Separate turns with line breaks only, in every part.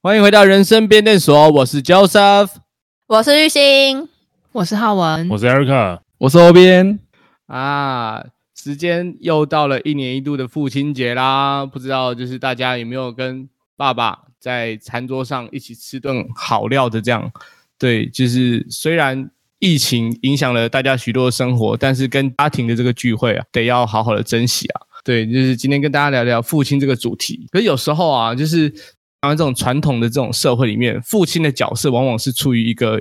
欢迎回到人生变电所，我是 Joseph，
我是玉兴，
我是浩文
我，是 Erica，
我是欧边，
啊，时间又到了一年一度的父亲节啦，不知道就是大家有没有跟爸爸在餐桌上一起吃顿好料的这样？对，就是虽然疫情影响了大家许多的生活，但是跟家庭的这个聚会啊，得要好好的珍惜啊。对，就是今天跟大家聊聊父亲这个主题。可是有时候啊，就是台湾这种传统的这种社会里面，父亲的角色往往是处于一个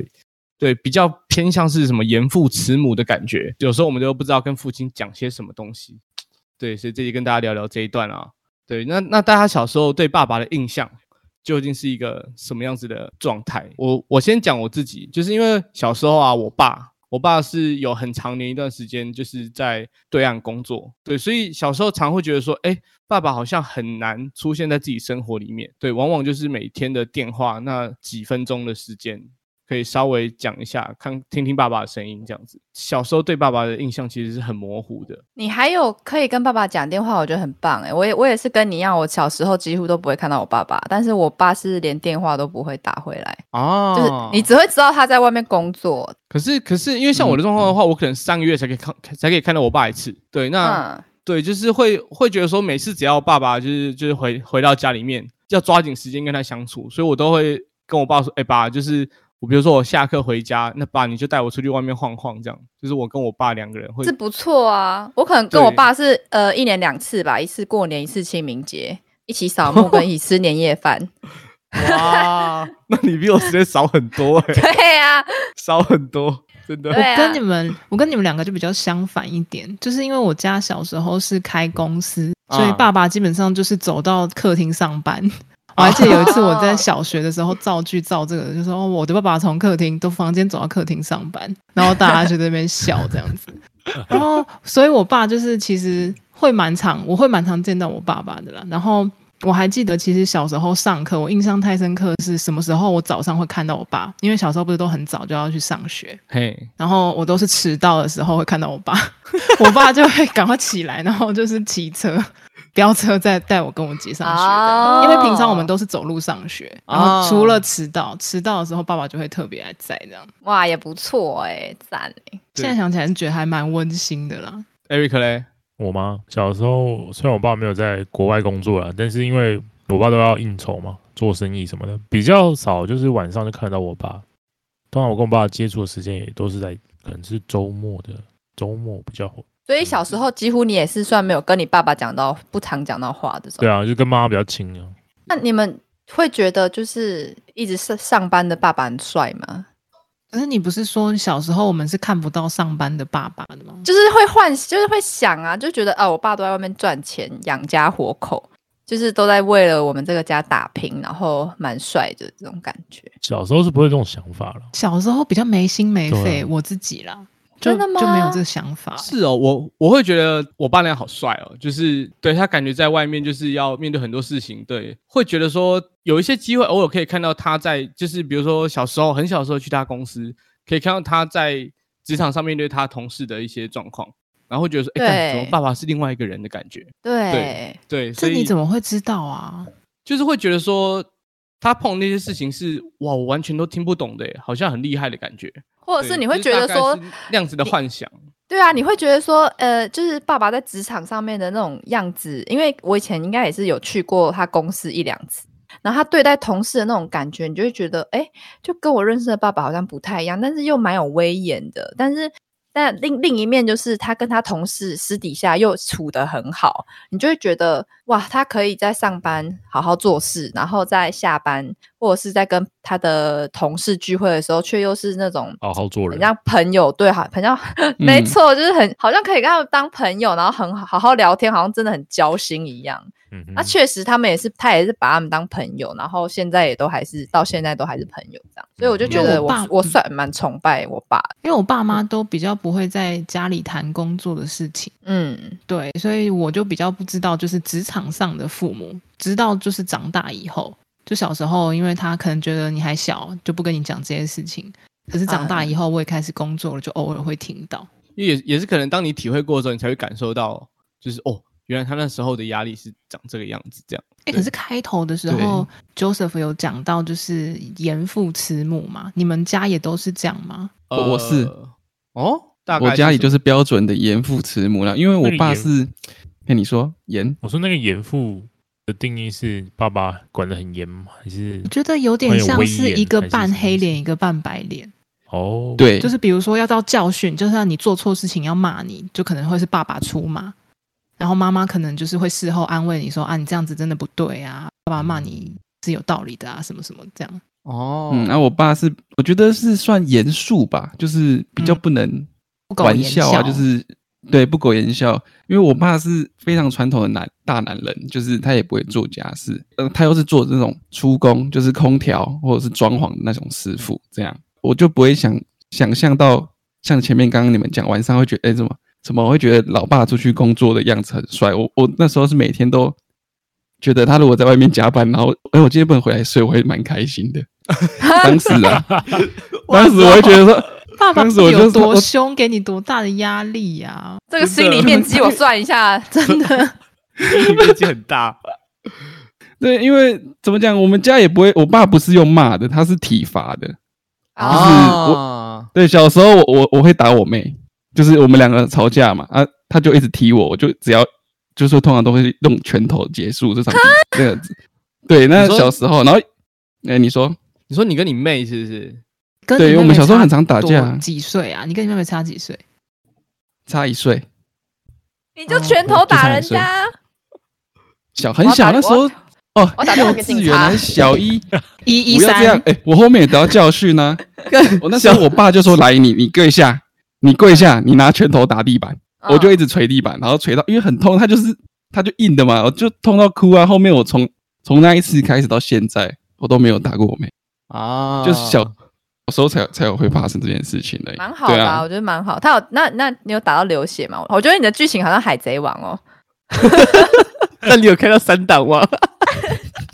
对，比较偏向是什么严父慈母的感觉。有时候我们都不知道跟父亲讲些什么东西。对，所以这集跟大家聊聊这一段啊。对，那那大家小时候对爸爸的印象究竟是一个什么样子的状态？我我先讲我自己，就是因为小时候啊，我爸我爸是有很长年一段时间就是在对岸工作，对，所以小时候常会觉得说，哎，爸爸好像很难出现在自己生活里面。对，往往就是每天的电话那几分钟的时间，可以稍微讲一下，看听听爸爸的声音这样子。小时候对爸爸的印象其实是很模糊的。
你还有可以跟爸爸讲电话，我觉得很棒哎、我也我也是跟你一样，我小时候几乎都不会看到我爸爸，但是我爸是连电话都不会打回来，
哦
就是你只会知道他在外面工作。
可是可是因为像我的状
嗯
况的话，我可能三个月才可以看才可以看到我爸一次。对，那、
嗯，
对就是会会觉得说，每次只要爸爸就是就是回回到家里面，要抓紧时间跟他相处，所以我都会跟我爸说，哎、爸，就是我比如说我下课回家，那爸你就带我出去外面晃晃，这样就是我跟我爸两个人会
这不错啊。我可能跟我
对
爸是呃一年两次吧，一次过年，一次清明节，一起扫墓跟一起吃年夜饭。
哇，那你比我时间少很多 哎、
对啊，
少很多，真的。
对啊
我跟你们，我跟你们两个就比较相反一点，就是因为我家小时候是开公司，
啊
嗯
所以爸爸基本上就是走到客厅上班。 我还记得有一次我在小学的时候造句造这个，就说、哦、我的爸爸从客厅都房间走到客厅上班，然后大家就在那边笑这样 子。然后，所以我爸就是其实会蛮常，我会蛮常见到我爸爸的啦。然后我还记得，其实小时候上课，我印象太深刻的是什么时候我早上会看到我爸，因为小时候不是都很早就要去上学，
嘿，
然后我都是迟到的时候会看到我爸， 我爸就会赶快起来，然后就是骑车、飙车再带我跟我姐上学这样。
哦
因为平常我们都是走路上学，然后除了迟到，迟到的时候爸爸就会特别来载这样。
哇也不错哎、赞哎、
对
现在想起来是觉得还蛮温馨的啦。
Eric 嘞，
我妈小时候虽然我爸没有在国外工作啦，但是因为我爸都要应酬嘛，做生意什么的，比较少就是晚上就看得到我爸。通常我跟我爸接触的时间也都是在可能是周末的周末比较
所以小时候几乎你也是算没有跟你爸爸讲到不常讲到话的种。
对啊，就跟妈妈比较亲啊。
那你们会觉得就是一直上上班的爸爸很帅吗？
可是你不是说小时候我们是看不到上班的爸爸的吗？
就是会幻，就是会想啊，就觉得啊，我爸都在外面赚钱养家活口，就是都在为了我们这个家打拼，然后蛮帅的这种感觉。
小时候是不会有这种想法了。
小时候比较没心没
对
肺，
啊
我自己啦，就
真的吗
就没有这个想法。
是哦，我我会觉得我爸那样好帅哦，就是对他感觉在外面就是要面对很多事情，对，会觉得说有一些机会偶尔可以看到他在，就是比如说小时候很小的时候去他公司，可以看到他在职场上面对他同事的一些状况，然后会觉得说，哎、干
对
怎么爸爸是另外一个人的感觉，
对，
对对，所
这
以
你怎么会知道啊？
就是会觉得说他碰那些事情是哇，我完全都听不懂的耶，好像很厉害的感觉，
或
或
哦者是你会觉得说，
那样子的幻想，
对啊，你会觉得说，呃，就是爸爸在职场上面的那种样子，因为我以前应该也是有去过他公司一两次，然后他对待同事的那种感觉，你就会觉得，哎，就跟我认识的爸爸好像不太一样，但是又蛮有威严的，但是。但另另一面就是他跟他同事私底下又处得很好，你就会觉得哇，他可以在上班好好做事，然后在下班或者是在跟他的同事聚会的时候，却又是那种
好好做
很
人，
像朋友，对，好，很像，没
嗯
错，就是很好像可以跟他们当朋友，然后很好好好聊天，好像真的很交心一样。
嗯哼
啊
那、确实，他们也是，他也是把他们当朋友，然后现在也都还是到现在都还是朋友这样。所以我就觉
因为
得我
我爸
我算蛮崇拜我爸，
因为我爸妈都比较不会在家里谈工作的事情，
嗯，
对，所以我就比较不知道，就是职场上的父母，直到就是长大以后，就小时候，因为他可能觉得你还小，就不跟你讲这些事情。可是长大以后，我也开始工作了，就偶尔会听到。
因为也也是可能当你体会过之后，你才会感受到，就是哦，原来他那时候的压力是长这个样子，这样。
哎、可是开头的时候，Joseph 有讲到就是严父慈母嘛，你们家也都是这样吗？
呃
我我是
哦，大概
我家里
是
就是标准的严父慈母啦，因为我爸是，哎、你说严，
我说那个严父的定义是爸爸管得很严吗？还是
我觉得有点像是一个半黑脸，一个半白脸。
哦，，
对，
就是比如说要到教训，就是让你做错事情要骂你，就可能会是爸爸出马，然后妈妈可能就是会事后安慰你说啊，你这样子真的不对啊，爸爸骂你是有道理的啊，什么什么这样。
哦，
嗯，那、 我爸是，我觉得是算严肃吧，就是比较
嗯
不能
不苟
玩
言
笑啊，就是对不苟言笑。因为我爸是非常传统的男大男人，就是他也不会做家事，呃，他又是做这种出工，就是空调或者是装潢的那种师傅，这样我就不会想想象到像前面刚刚你们讲晚上会觉得哎、怎么怎么会觉得老爸出去工作的样子很帅，我我那时候是每天都。觉得他如果在外面加班，然后哎、我今天不能回来睡，我会蛮开 心的。当时啊，当时我会觉得说，
爸爸
当时我就
有
说
多
我
凶，给你多大的压力啊呀、
这个心理面积我算一下，真的
面积很大，
对，因为怎么讲，我们家也不会，我爸不是用骂的，他是体罚的。
啊，
对，小时候我我我会打我妹，就是我们两个吵架嘛，啊，他就一直踢我，我就只要就是说通常都会用拳头结束这场比这样子。对，那
你说
小时候，然后，哎、你说，
你说你跟你妹是不是？
跟
对
你妹妹
我们小时候
差
很常打
多
架
几岁啊？你跟你妹妹差几岁？
差一岁，
你就拳头打人家，
小
我
很
要
小
打
那时候，哦
我要打，电话
幼
给
稚
警
园
察
还是 小一，
一一
不要这样
三，，
哎、我后面也得到教训呢、我那时候我爸就说，来你你跪下，你跪下，你拿拳头打地板。
嗯
我就一直捶地板，然后捶到，因为很痛，它就是它就硬的嘛，我就痛到哭啊。后面我从从那一次开始到现在，我都没有打过我妹，
嗯
啊，
就是小小时候才有才有会发生这件事情的，
蛮好的、
对
啊，
啊
我，觉得蛮好。他有那那你有打到流血吗？我觉得你的剧情好像海贼王哦，
那你有开到三档吗？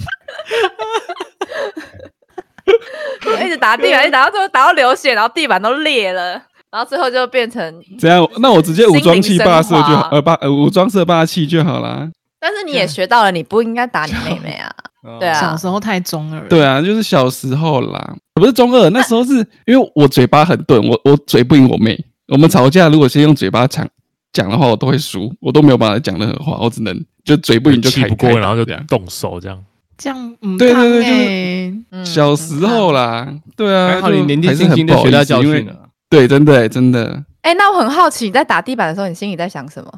一直打地板，一直打到最后打到流血，然后地板都裂了，然后最后就变成，
这样那我直接武装气霸
心
社
灵
就
神话
好，呃霸呃武装社霸气就好啦。
但是你也学到了，你不应该打你妹妹啊。 对啊
小时候太中二了。
对啊，就是小时候啦，呃不是中二，那时候是因为我嘴巴很钝，我我嘴不赢我妹。我们吵架，如果先用嘴巴讲讲的话，我都会输，我都没有办法讲任何话，我只能就嘴不赢就
气
开
不过，
开打
然后就
这样。
动手这样。
这样嗯，
对对
烫
对就是
欸
嗯，
小时候啦，对啊，
哦还好
就
你年纪
还是
轻
很
轻
不
就
好
学
意
到
思
教
因为
训了。
对，真的真的，
哎、那我很好奇，你在打地板的时候，你心里在想什么？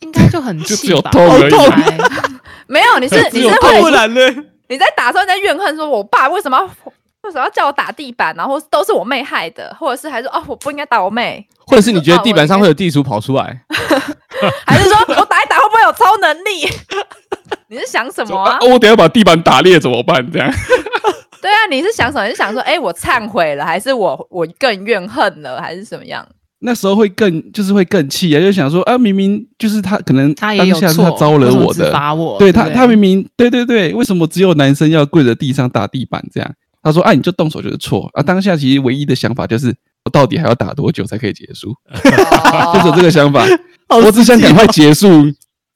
应该就很
就
气
只有
吧？哦
痛而已
吧
没有， 你是你是
不
会
然呢？
你在打的时候你在怨恨说，我爸为什么要为什么要叫我打地板，然后都是我妹害的，或者是还是哦我不应该打我妹，
或者是你觉得地板上会有地鼠跑出 来？
还 是说我打一打会不会有超能力？ 你是想什么啊
啊？我等一下把地板打裂怎么办？这样
对啊，你是想什么？你是想说，哎、我忏悔了，还是我我更怨恨了，还是怎么样？
那时候会更就是会更气啊，就想说啊，明明就是他可能
他
当
也有
下是
错，
他招
为
惹
什么
我
只
的，
罚我，
对
不
他他明明对对对，为什么只有男生要跪着地上打地板这样？他说啊，你就动手就是错啊。当下其实唯一的想法就是我到底还要打多久才可以结束？
哦
就是有这个 想法，
哦
我只想赶快
哦
结束。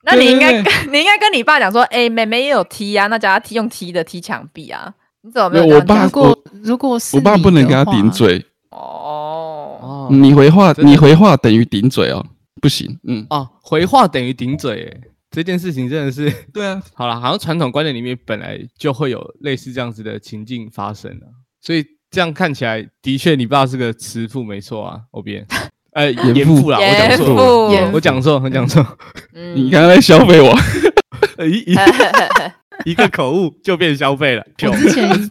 那你应该
对
跟
对
你应该跟你爸讲说，哎、妹妹也有踢啊，那叫她踢用踢的踢墙壁啊。你怎么没有
没
这
有
样
我爸
讲
如果如果是
我爸
你
不能
的
跟他
话
顶，嘴，
哦，
哦
你回话
真的
你回话等于顶嘴哦，不行。嗯，
哦，回话等于顶嘴耶，这件事情真的是
对啊，
好了，好像传统观念里面本来就会有类似这样子的情境发生啊，所以这样看起来，的确你爸是个慈父，没错啊，欧边， 呃，
严
严
父
父啦，我讲错了，
父
严
我讲错，我讲 错，
你
嗯，
刚刚在消费我。
呃一 一一个口误就变消费了，就
我之前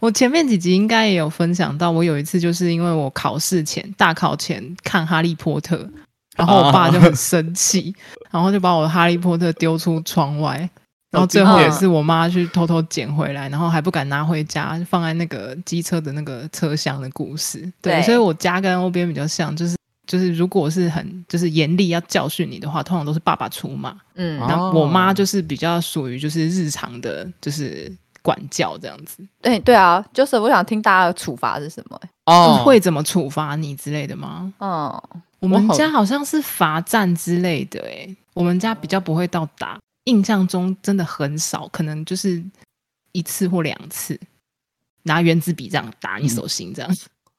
我前面几集应该也有分享到，我有一次就是因为我考试前大考前看《哈利波特》，然后我爸就很
啊
生气，然后就把我的《哈利波特》丢出窗外。然后最后也是我妈去偷偷捡回来，然后还不敢拿回家，放在那个机车的那个车厢的故事。对，
对
所以我家跟欧边比较像，就是就是如果是很就是严厉要教训你的话，通常都是爸爸出马。
嗯
啊
然后我妈
哦
就是比较属于就是日常的，就是管教这样子？
对对啊，Joseph，我想听大家的处罚是什么、欸？
哦，
会怎么处罚你之类的吗？
嗯，
我们
好
家好像是罚站之类的、欸，我们家比较不会到打，印象中真的很少，可能就是一次或两次，拿圆珠笔这样打你手心这样，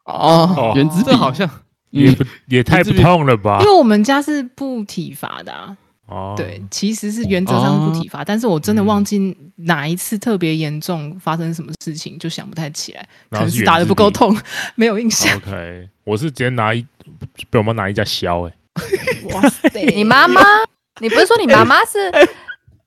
哦，
原嗯子笔
这好像
也不也太不痛了吧
因？为我们家是不体罚的、啊，
哦，
对，其实是原则上是不体罚，但是我真的忘记哪一次特别严重发生什么事情，就想不太起来，可
然后
能
是
是打的不够痛， 没有印象。
OK，我是直接拿一被我妈拿一架削哎、
哇塞，
你 妈妈，你不是说你妈妈是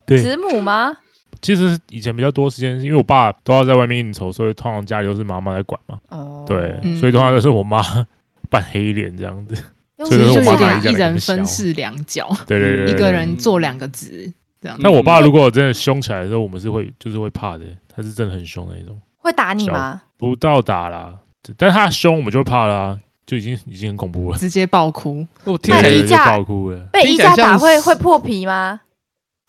对，
子母吗？
其实以前比较多时间，因为我爸都要在外面应酬，所以通常家里都是妈妈在管嘛。
哦，
对，
嗯
所以通常都是我妈 扮黑脸这样子。
用
所以
就
说
手
我
指
有
妈
甲
点
拿一架
一
来给
人
你削
分饰两角，
对对对
一
对
个
对
人嗯做两个职这样。
但我爸如果真的凶起来的时候，我们是会就是会怕的，他是真的很凶的那种，
会打你吗？
不到打啦，但他凶我们就会怕啦、就已经已经很恐 怖了，
直接爆哭，
我哦听起
那
对
来
你
就
一
对对
架
就爆哭了。
被
听
一
起来
架打
像
会
是
会破皮吗？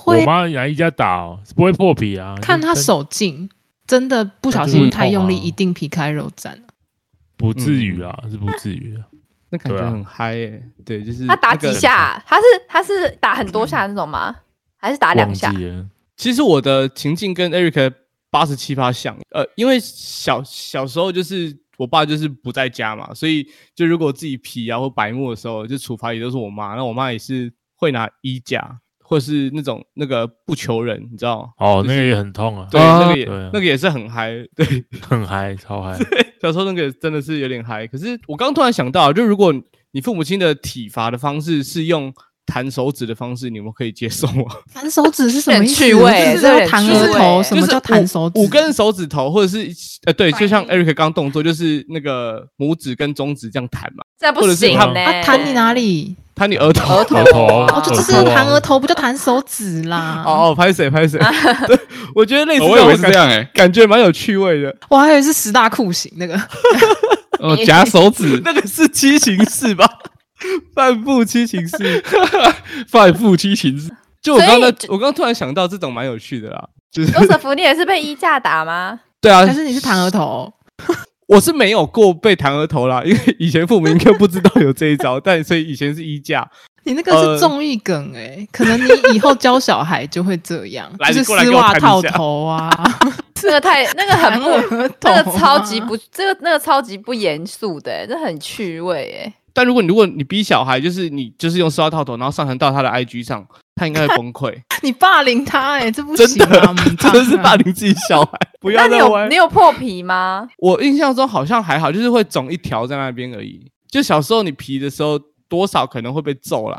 我
会
妈拿一家打、哦，不会破皮啊，
看他
就
手劲，真的不小
那就
心
会
太
痛
用力，
啊
一定皮开肉绽。
不至于啦，是不至于啊。
那感
对
觉
啊
很嗨耶，对，就是
他打
那个
几下啊？他是他是打很多下那种吗？还是打啊两
忘
下？
记了，
其实我的情境跟 Eric 八十七趴像，呃，因为小小时候就是我爸就是不在家嘛，所以就如果自己皮啊或白目的时候，就处罚也都是我妈，那我妈也是会拿衣架或是那种那个不求人，你知道吗？
哦，
就
那
是
个也很痛啊，
对，
啊
那个也、
对啊
那个也是很嗨， 对，
很嗨，超嗨。
小时候那个真的是有点嗨。可是我刚突然想到，就如果你父母亲的体罚的方式是用弹手指的方式，你们可以接受吗？
弹手指是什么意思？
有点趣味
我就知道
这有点
弹
趣
额头，
味
什么
就是
叫弹手指？
五根手指头，或者是呃，对，就像
反
Eric 刚动作，就是那个拇指跟中指这样弹嘛，
这不
或者是
行
他
呢、
啊，弹你哪？里？
弹你额头。
额头
额头
啊
哦，就这是弹额头，不叫弹手指 啦。
哦哦，拍谁拍谁？对，我觉得类似
我以
种
为是
感
这样哎，
感觉蛮有趣味的。
我还以为是十大酷刑那个。
哦，夹手 指
那个是七情式吧？半步七情 式。
反复七情式，
就我刚刚
所以
在，我刚刚突然想到，这种蛮有趣的啦。就是
罗舍福，你也是被衣架打吗？
对啊
哎
可，是你是弹额头，
我是没有过被弹额头啦，因为以前父母应该不知道有这一招，但所以以前是衣架，
你那
呃
个是综艺梗哎、可能你以后教小孩就会这样，
来
就是
你过来给
丝
我
袜
弹一下
套头 啊，
那个太那个很
弹
不，
额 头、啊
那个超级。不，这个那个超级不严肃的、欸，这很趣味哎、
但如果你如果你逼小孩，就是你就是用塑料套头，然后上传到他的 IG 上，他应该会崩溃，
你霸凌他哎、这不
真
行
的
啊！母，
真
汤
的是
啊
霸凌自己小孩，不
那
要
你
再
有
玩
你。有破皮吗？
我印象中好像还好，就是会肿一条在那边而已。就小时候你皮的时候，多少可能会被揍啦，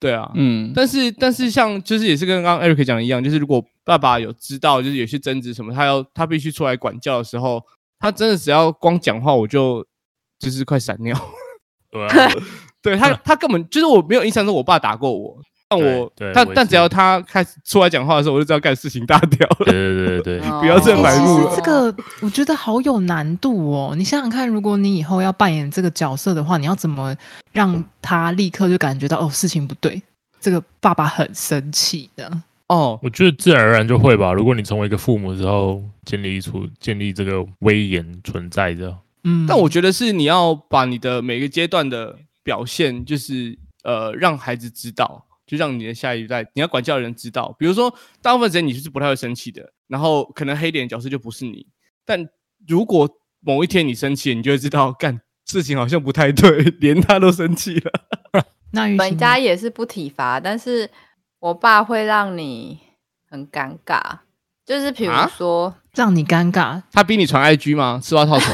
对啊，
嗯，
但是但是像就是也是跟刚刚 Eric 讲的一样，就是如果爸爸有知道就是有些争执什么，他要他必须出来管教的时候，他真的只要光讲话我就就是快闪尿。
对啊，
对他他根本就是我没有印象中我爸打过我，但我
对对
但
我也
但
是
只要他开始出来讲话的时候，我就知道干事情大条了。
对对 对对对，
哦
不要再
欸
白目
其
了
实这个我觉得好有难度哦。你想想看，如果你以后要扮演这个角色的话，你要怎么让他立刻就感觉到哦事情不对，这个爸爸很生气的。
哦，
我觉得自然而然就会吧。如果你成为一个父母之后，建立出建立这个威严存在着，
嗯，
但我觉得是你要把你的每个阶段的表现，就是呃让孩子知道，就让你的下一代，你要管教的人知道。比如说，大部分时间你是不太会生气的，然后可能黑脸角色就不是你。但如果某一天你生气了，你就会知道，干事情好像不太对， 连他都生气了。
那
我
雨
们
欣呢
家也是不体罚，但是我爸会让你很尴尬，就是比如
啊
说，
让你尴尬，
他逼你传 IG 吗？丝袜套头？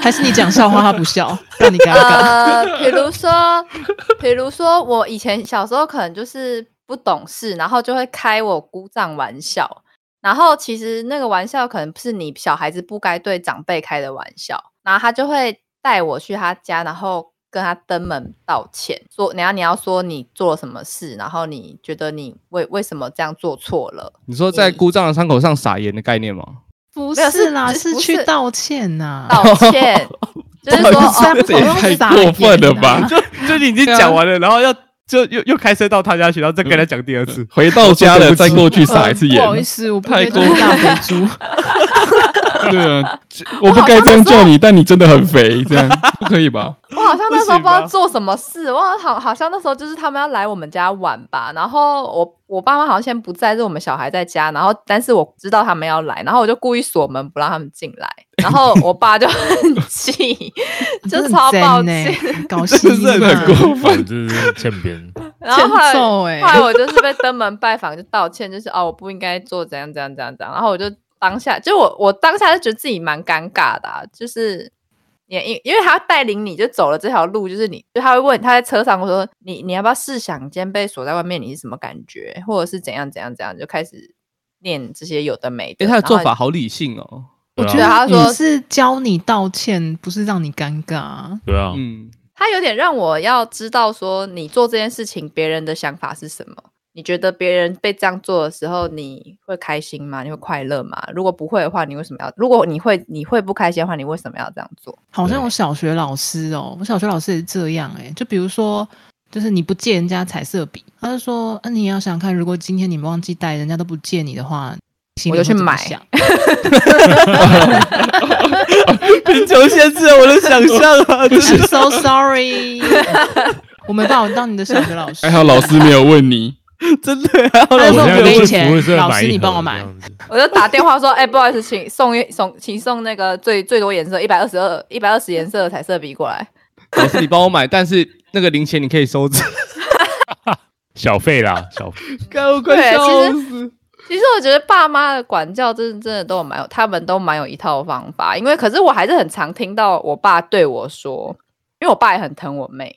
还是你讲笑话他不笑，让你尴尬？
呃，比如说，比如说，我以前小时候可能就是不懂事，然后就会开我姑丈玩笑，然后其实那个玩笑可能是你小孩子不该对长辈开的玩笑，然后他就会带我去他家，然后跟他登门道歉，说你要你要说你做了什么事，然后你觉得你为为什么这样做错了。
你说在
嗯
姑丈的伤口上撒盐的概念 吗？
不
没有
是
是
啦，
只
是
不
去
是
道歉呐、
道歉，就是
不
说
好意思
哦
虽然不
这也
懂用
太
撒
过
盐
分了
啊
吧？
就就你已经讲完了，然后要就又又开车到他家去，然后再跟他讲第二 次。
回到家了再过去撒一次
呃
盐
不。好意思，我不
太
该叫
过
你大 肥猪。
对啊，这我不该这样叫你，但你真的很肥，这样不可以吧？
啊
我好像那时候
不行
不知道
吧
做什么事，我好好像那时候就是他们要来我们家玩吧，然后我我爸妈好像先不在，是我们小孩在家，然后但是我知道他们要来，然后我就故意锁门不让他们进来，然后我爸就很气，就超抱
真的
歉
很，真欸，搞戏
真的是很过
嘛
反正就是欠扁，
然后后来
欠揍欸
后来我就是被登门拜访就道歉，就是哦我不应该做怎样怎样怎样怎样，然后我就当下就我我当下就觉得自己蛮尴尬的、啊，就是也因因为他带领你就走了这条路，就是你就他会问他在车上我说你你要不要试想今天被锁在外面你是什么感觉，或者是怎样怎样怎样，就开始念这些有的没的，
哎，他的
然
做
后
法好理性哦。
我觉
对
得
啊他
你
说
是教你道歉，不是让你尴尬。
对啊，
嗯，
他有点让我要知道说，你做这件事情，别人的想法是什么？你觉得别人被这样做的时候，你会开心吗？你会快乐吗？如果不会的话，你为什么要？如果你会，你会不开心的话，你为什么要这样做？
好像
对
我小学老师哦，我小学老师也是这样哎、就比如说，就是你不借人家彩色笔，他就说，啊，你也要想看，如果今天你忘记带，人家都不借你的话，心里
我就去
会怎么
买
想
贫穷限制了我的想象啊！真是
，I'm so sorry，我没办法当你的小学老师
还。好老师没有问你，
真的啊，
他
老师
就说
我
没有
现在
给
都
你
去
钱
服务社
老
买
师
一
你
盒
帮我买
这样子
我就打电话说：“哎、不好意思，请送一送，请送那个最最多颜色一百二十二、一百二十颜色的彩色笔过来。
老师，你帮我买，但是那个零钱你可以收 着。
小费啦，小费
看我快
对
笑
其
死！”
其实我觉得爸妈的管教真的真的都有蛮有，他们都蛮有一套方法。因为可是我还是很常听到我爸对我说，因为我爸也很疼我妹，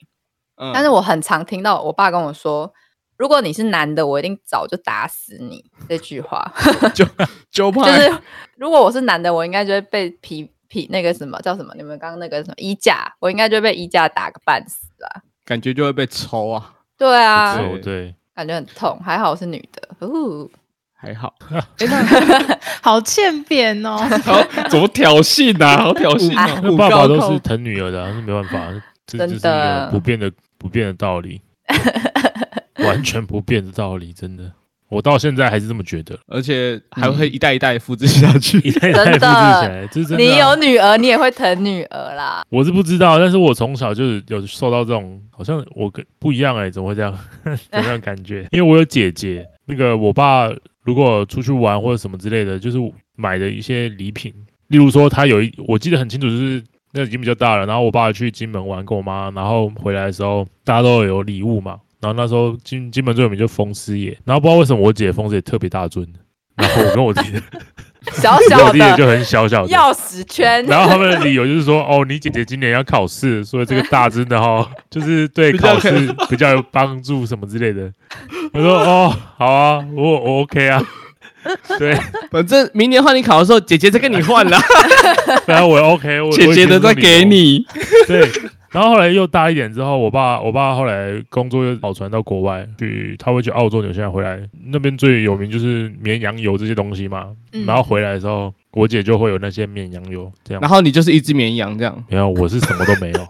嗯
但是我很常听到我爸跟我说：“如果你是男的，我一定早就打死你。”这句 话
九
就
派
是，如果我是男的，我应该就会被皮皮那个什么叫什么？你们刚刚那个什么衣架，我应该就会被衣架打个半死啦。
感觉就会被抽啊，
对啊，
哦对，
感觉很痛，还好我是女的。哦呜，
还好。
哎 好欠扁哦，
好怎么挑衅啊？好挑衅 啊！
那爸爸都是疼女儿的啊，那没办法，这这
真
是一
的
个不变的不变的道理，完全不变的道理，真的，我到现在还是这么觉得，
而且还会一代一代复制下
一
去。
代一代复制
真
起
的
来，这是真的啊。
你有女儿，你也会疼女儿啦。
我是不知道，但是我从小就是有受到这种，好像我跟不一样哎、怎么会这样？ 怎么样感觉？因为我有姐姐，那个我爸如果出去玩或者什么之类的，就是买的一些礼品，例如说他有一，我记得很清楚，就是那已经比较大了，然后我爸去金门玩跟我妈，然后回来的时候大家都有礼物嘛，然后那时候金金门最有名就风师爷，然后不知道为什么我姐风师爷特别大尊，然后我跟 我弟 的，
小
我
小
弟的
的
就很小小的，
钥匙 圈，
然后他们的理由就是说，哦，你姐姐今年要考试，所以这个大真的哈，就是对
比较
考试比较有帮助什么之类的。我说哦，好啊，我我 OK 啊，对，
反正明年换你考的时候，姐姐再跟你换 啦。
然后我 OK，我
姐姐的再
在
给你，
哦对。然后后来又大一点之后，我爸我爸后来工作又跑船到国外去，他会去澳洲、纽西兰回来，那边最有名就是绵羊油这些东西嘛。
嗯
然后回来的时候，我姐就会有那些绵羊油这样
然。后你就是一只绵羊这样。
没有，我是什么都没有。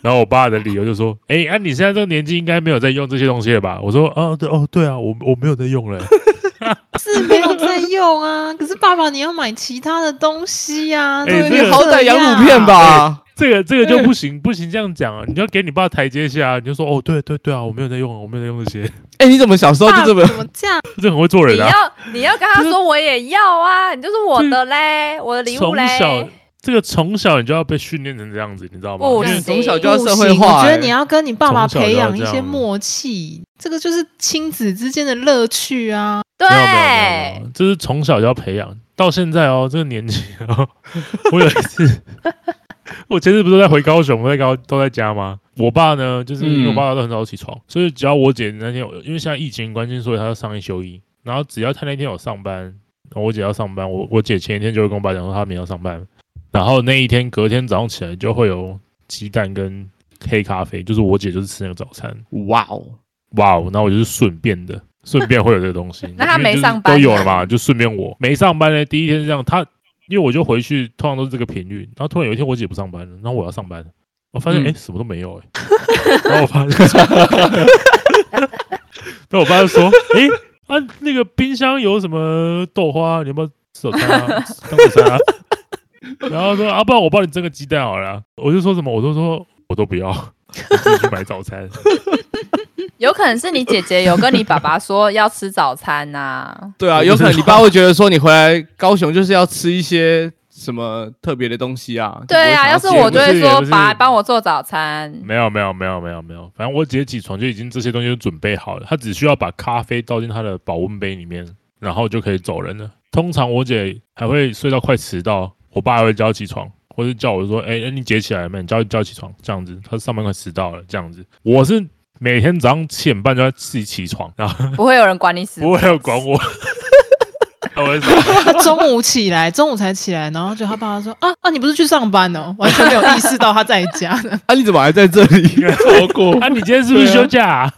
然后我爸的理由就说：“哎、啊，你现在这个年纪应该没有在用这些东西了吧？”我说：“啊，对哦，对啊，我我没有在用了。
是没有在用啊。可是爸爸，你要买其他的东西呀、啊。
哎
怎么
这
你
个
这
好歹养
样
乳片？ 吧。
这个这个就不行，不行这样讲啊！你要给你爸台阶下，你就说：‘哦，对对对啊，我没有在用，我没有在用这些。
哎，你怎么小时候
爸
就这
怎
么？
么这样？’
这很会做
你
人啊！
要你要跟他说我也要啊，你就说我的嘞，我的礼物
从
嘞，
小这个从小你就要被训练成这样子，你知道吗？
哦
不
因为
行
从小就要社会
啊不行
化。
我觉得
哎
你要跟你爸爸
从小就
培
要
养一
这
些
样
默契，这个就是亲子之间的乐趣啊。
对
没有没有没有没有，这是从小就要培养，到现在哦，这个年纪哦， 我有一次， 我前次不是在回高雄，我在高都在家吗？我爸呢，就是因为我
嗯
爸都很早起床，所以只要我姐那天有，因为现在疫情关系，所以她要上一休一，然后只要她那天有上班，我姐要上班，我我姐前一天就会跟我爸讲说她明天要上班，然后那一天隔天早上起来就会有鸡蛋跟黑咖啡，就是我姐就是吃那个早餐，
哇哦，
哇哦，那我就是顺便
。
的，顺便会有这个东西
那他
因为就是
没上班
都有
呢
了嘛，就顺便我没上班呢。第一天是这样，他因为我就回去，通常都是这个频率。然后突然有一天我姐不上班了，然后我要上班了，我发现
嗯
哎、诶什么都没有哎、诶然后我发现那我爸就说：“诶、啊，那个冰箱有什么豆花？你要不要吃早餐啊？当午餐啊？” 然后说：“啊，不然我帮你蒸个鸡蛋好了啊、我就说什么，我都说我都不要，我自己去买早餐。
有可能是你姐姐有跟你爸爸说要吃早餐呐、
对啊，
我
有
不
可
知
能你
道
爸会觉得说你回来高雄就是要吃一些什么特别的东西啊。就不会
对啊，
想
要是
接
我
你
就
不
会
是
说
不是
爸帮我做早餐。
没有，没有，没有，没有，没有。反正我姐起床就已经这些东西都准备好了，她只需要把咖啡倒进她的保温杯里面，然后就可以走人了。通常我姐还会睡到快迟到，我爸还会叫她起床，或是叫我说：“哎、哎你姐起来了没？你叫叫她起床。”这样子，她上班快迟到了，这样子。我是每天早上七点半就要自己起床，然后
不会有人管你死
不
活
会有人管我。 我会说
他中午起来，中午才起来，然后就他爸爸说啊啊，你不是去上班哦， 完全没有意识到他在家 呢。
啊，你怎么还在这 里？错
哦
过
哎
啊，你今天是不是休假、啊？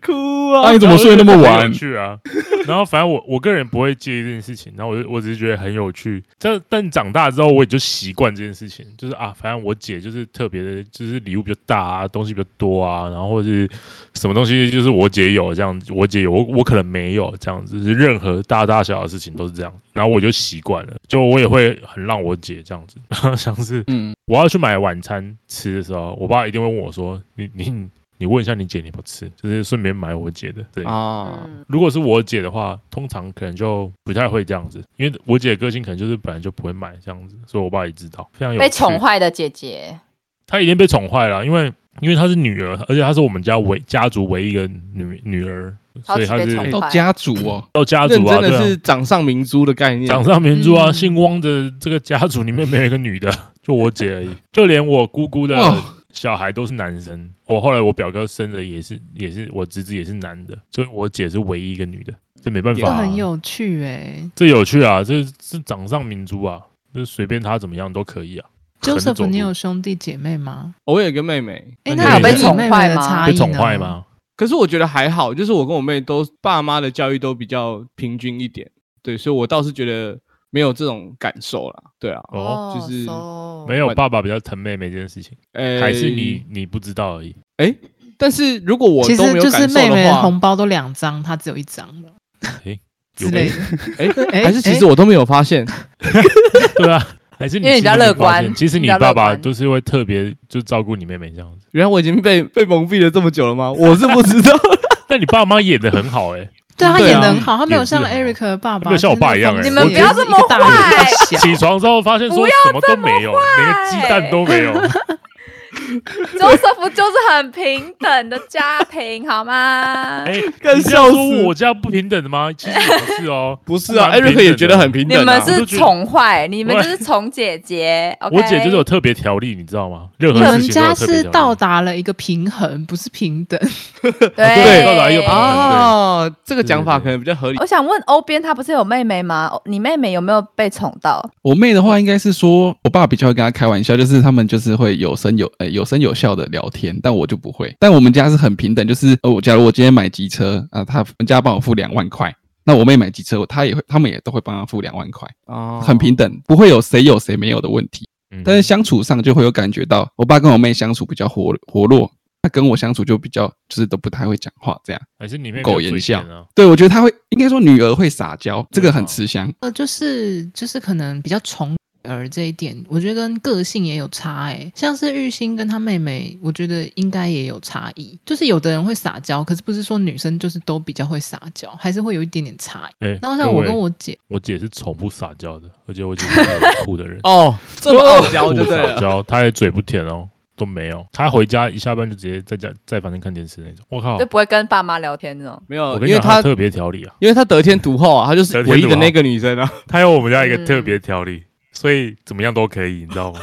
哭啊！
啊，你怎么睡那么晚
很有？趣啊！然后反正我我个人不会介意这件事情，然后我就我只是觉得很有趣。但但长大之后我也就习惯这件事情，就是啊，反正我姐就是特别的，就是礼物比较大啊，东西比较多啊，然后或者是什么东西就是我姐有这样，我姐有我我可能没有这样子，就是任何大大小小的事情都是这样，然后我就习惯了，就我也会很让我姐这样子，然后像是
嗯，
我要去买晚餐吃的时候，我爸一定会问我说：“你你你问一下你姐你要不要吃？”就是顺便买我姐的。对，
啊，
嗯，
如果是我姐的话，通常可能就不太会这样子，因为我姐的个性可能就是本来就不会买这样子，所以我爸也知道，非常 有
被
趣
宠，坏的姐姐，
她已经被宠坏了，因为因为她是女儿，而且她是我们家唯家族唯一一个女女儿，
超
所
级
以她
被
是
宠坏。
到家族哦，
到家
认
族啊，
真
对
的
啊
是掌上明珠的概念。
掌上明珠啊，
嗯
姓汪的这个家族里面没有一个女的，就我姐而已，就连我姑姑的
哇
小孩都是男生。我后来我表哥生的也是也是我侄子也是男的，所以我姐是唯一一个女的，这没办
这
法、啊，
很有趣哎、
这有趣啊，这是掌上明珠啊，就是随便她怎么样都可以啊。横着走
Joseph，
路
你有兄弟姐妹吗？
我有一个妹妹，
哎、
那
那
你有被
跟你
宠
妹
坏
妹的
吗
差异
被宠
呢
坏？吗？
可是我觉得还好，就是我跟我妹都爸妈的教育都比较平均一点，对，所以我倒是觉得没有这种感受啦。对啊，
哦，
就是
没有爸爸比较疼妹妹这件事情，
呃、
还是你你不知道而已。
但是如果我
其
都
实
没有
就
感受
是
的
妹妹的
话，
红包都两张，她只有一张了
有
之类的。
哎、
哎
还是其实
哎
我都没有发现。
对啊，还是你
因为你比较
其实
乐观
发现其实
你
你
比较乐
爸爸
观
就是会特别就照顾你妹妹这样子，
原来我已经被被蒙蔽了这么久了吗？我是不知 道。
但你爸妈演的很好哎、
对她
对
演
啊
的很好，她没有
演
像
技很好
Eric 的爸
她
爸，
没有像我
就是
爸一样
房
哎
间
我
里
觉
面
得
是
你们不要这么
一个大人一个
坏
小
起床之后发现
不
说
要
什么都没有，连个鸡蛋都没 有，
周师傅就是很平等的家庭，好吗？
哎、
干
你这样
笑
说
死
我家不平等的吗？其实也不是哦
，不是啊
蛮平等
，Eric
的
也觉得很平
你
等、啊。
们
我
是
就觉得
宠坏，你们
我
就是宠姐姐。
我姐就是有
OK，
特别条例，你知道吗？任
你
何
们
事情都
家
有特别
是
条例
到达了一个平衡，不是平等。
对，
到达一个平衡
啊，这个讲法
对对对
可能比较合理。
我想问欧边，他不是有妹妹吗？哦你妹妹有没有被宠到？
我妹的话应该是说，我爸比较会跟她开玩笑，就是他们就是会有声有呃有声有笑的聊天，但我就不会。但我们家是很平等，就是呃，我假如我今天买机车啊，他们家帮我付两万块，那我妹买机车，她也会，他们也都会帮她付两万块，
哦，
很平等，不会有谁有谁没有的问题。
嗯
但是相处上就会有感觉到，我爸跟我妹相处比较活活络，他跟我相处就比较就是都不太会讲话这样。
还是你妹妹
苟
有
延
嘴
笑
甜啊，
对，我觉得他会应该说女儿会撒娇，这个很吃香。
呃，就是就是可能比较宠儿这一点，我觉得跟个性也有差哎、像是玉兴跟她妹妹，我觉得应该也有差异。就是有的人会撒娇，可是不是说女生就是都比较会撒娇，还是会有一点点差异。
哎
然后像
各
我
位
跟我姐，
我姐是从不撒娇的，而且我姐是很酷的人
哦，这么傲娇就
不
对
撒
了。
娇，她也嘴不甜哦，都没有。她回家一下班就直接在家在房间看电视那种。我靠
就，不会跟爸妈聊天那种。
没
我
有，因
跟你
为
讲，她
她
特别条理啊，
因为她得天独厚啊，她就是
得天
唯一
独
的
厚
那个女生啊。
她有我们家一个
嗯。
特别条理，所以怎么样都可以，你知道吗？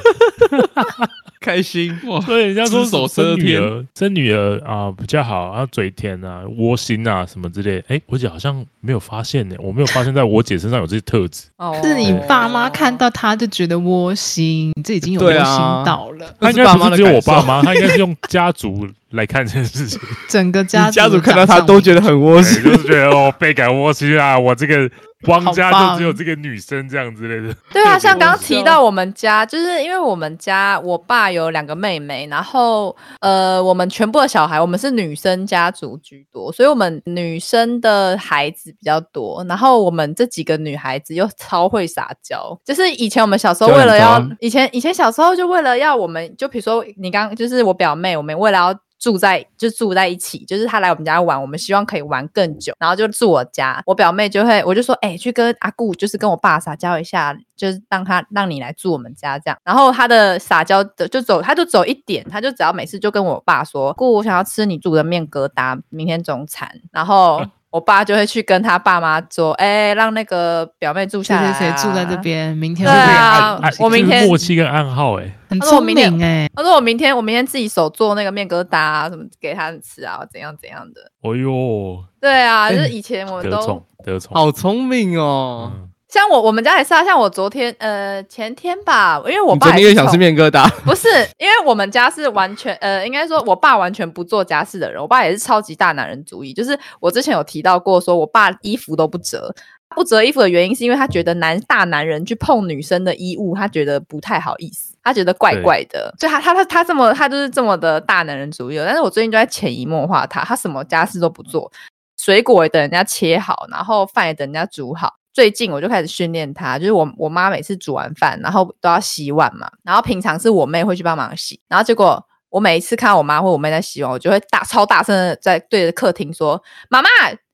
开心
哇，
所以人家说
只手
什么生
遮
女儿，生女儿啊比较好啊，嘴甜啊，窝心啊什么之类的。哎、我姐好像没有发现呢、我没有发现在我姐身上有这些特 质
哦
是你爸妈看到她就觉得窝心，这已经有窝
对
心
啊
到了。
那
她应
是
该
爸
不
妈
是
的
只有
感
我
受
爸妈，她应该是用家族来看这件 事情，
整个家
你家
族
族看到他
长
都
上
觉得很窝
对
心。
就是觉得哦倍感窝心啊，我这个汪家
好
就
棒
只有这个女生这样之类的。
对啊，
特别
像刚
好
刚提
笑
到我们家，就是因为我们家我爸有两个妹妹，然后呃，我们全部的小孩，我们是女生家族居多，所以我们女生的孩子比较多。然后我们这几个女孩子又超会撒娇，就是以前我们小时候
娇
为
很
了要
高，
嗯
以前以前小时候就为了要我们，就比如说你刚就是我表妹，我们为了要。住在就住在一起，就是她来我们家玩，我们希望可以玩更久，然后就住我家。我表妹就会，我就说，哎、去跟阿顾，就是跟我爸撒娇一下，就是让他让你来住我们家这样。然后她的撒娇的就走，她就走一点，她就只要每次就跟我爸说，顾，我想要吃你煮的面疙瘩，明天中餐。然 后我爸就会去跟他爸妈说，哎、让那个表妹住
谁
下来、啊，
谁谁住在这边，明天
对
会被
啊
按
哎
我明
这是
天
默契跟暗号哎、
很
他说我
聪
明天
明哎、
他说我明天我明天自己手做那个面疙瘩、啊、什么给他们吃啊，怎样怎样的。
哦呦，
对
哎
啊，就是以前我
得
都
宠得宠，
好聪明哦！
嗯
像我我们家也是啊，像我昨天呃前天吧，因为我
你
爸
昨天
也
又
是
想吃
从
面疙瘩，
不是，因为我们家是完全呃，应该说我爸完全不做家事的人，我爸也是超级大男人主义。就是我之前有提到过，说我爸衣服都不折，不折衣服的原因是因为他觉得男大男人去碰女生的衣物，他觉得不太好意思。他觉得怪
对
怪的，所以他他他他这么他就是这么的大男人主义了。但是我最近就在潜移默化他，他什么家事都不做，水果也等人家切好，然后饭也等人家煮好。最近我就开始训练他，就是我我妈每次煮完饭，然后都要洗碗嘛，然后平常是我妹会去帮忙洗，然后结果我每一次看到我妈或我妹在洗碗，我就会大超大声的在对着客厅说：“妈妈，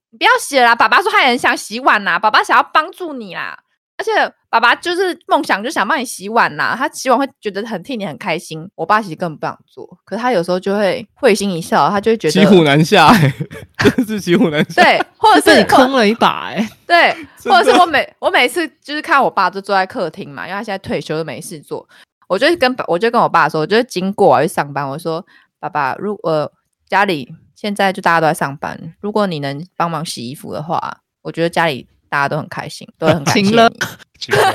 你不要洗了啦，爸爸说他也很想洗碗啦，爸爸想要帮助你啦。”而且爸爸就是梦想，就想帮你洗碗啦。他洗碗会觉得很替你很开心。我爸其实根本不想做，可是他有时候就会会心一笑，他就会觉得
骑虎难下、欸， 真是骑虎难下。
对，或者
这
是
被你坑了一把哎、
对，
真
或者是
的
我每我每次就是看我爸就坐在客厅嘛，因为他现在退休就没事做，我就跟我就跟我爸说，我就经过我要去上班，我说爸爸，如果、呃家里现在就大家都在上班，如果你能帮忙洗衣服的话，我觉得家里大家都很开心，都会很感谢
晴
你。
了
奇怪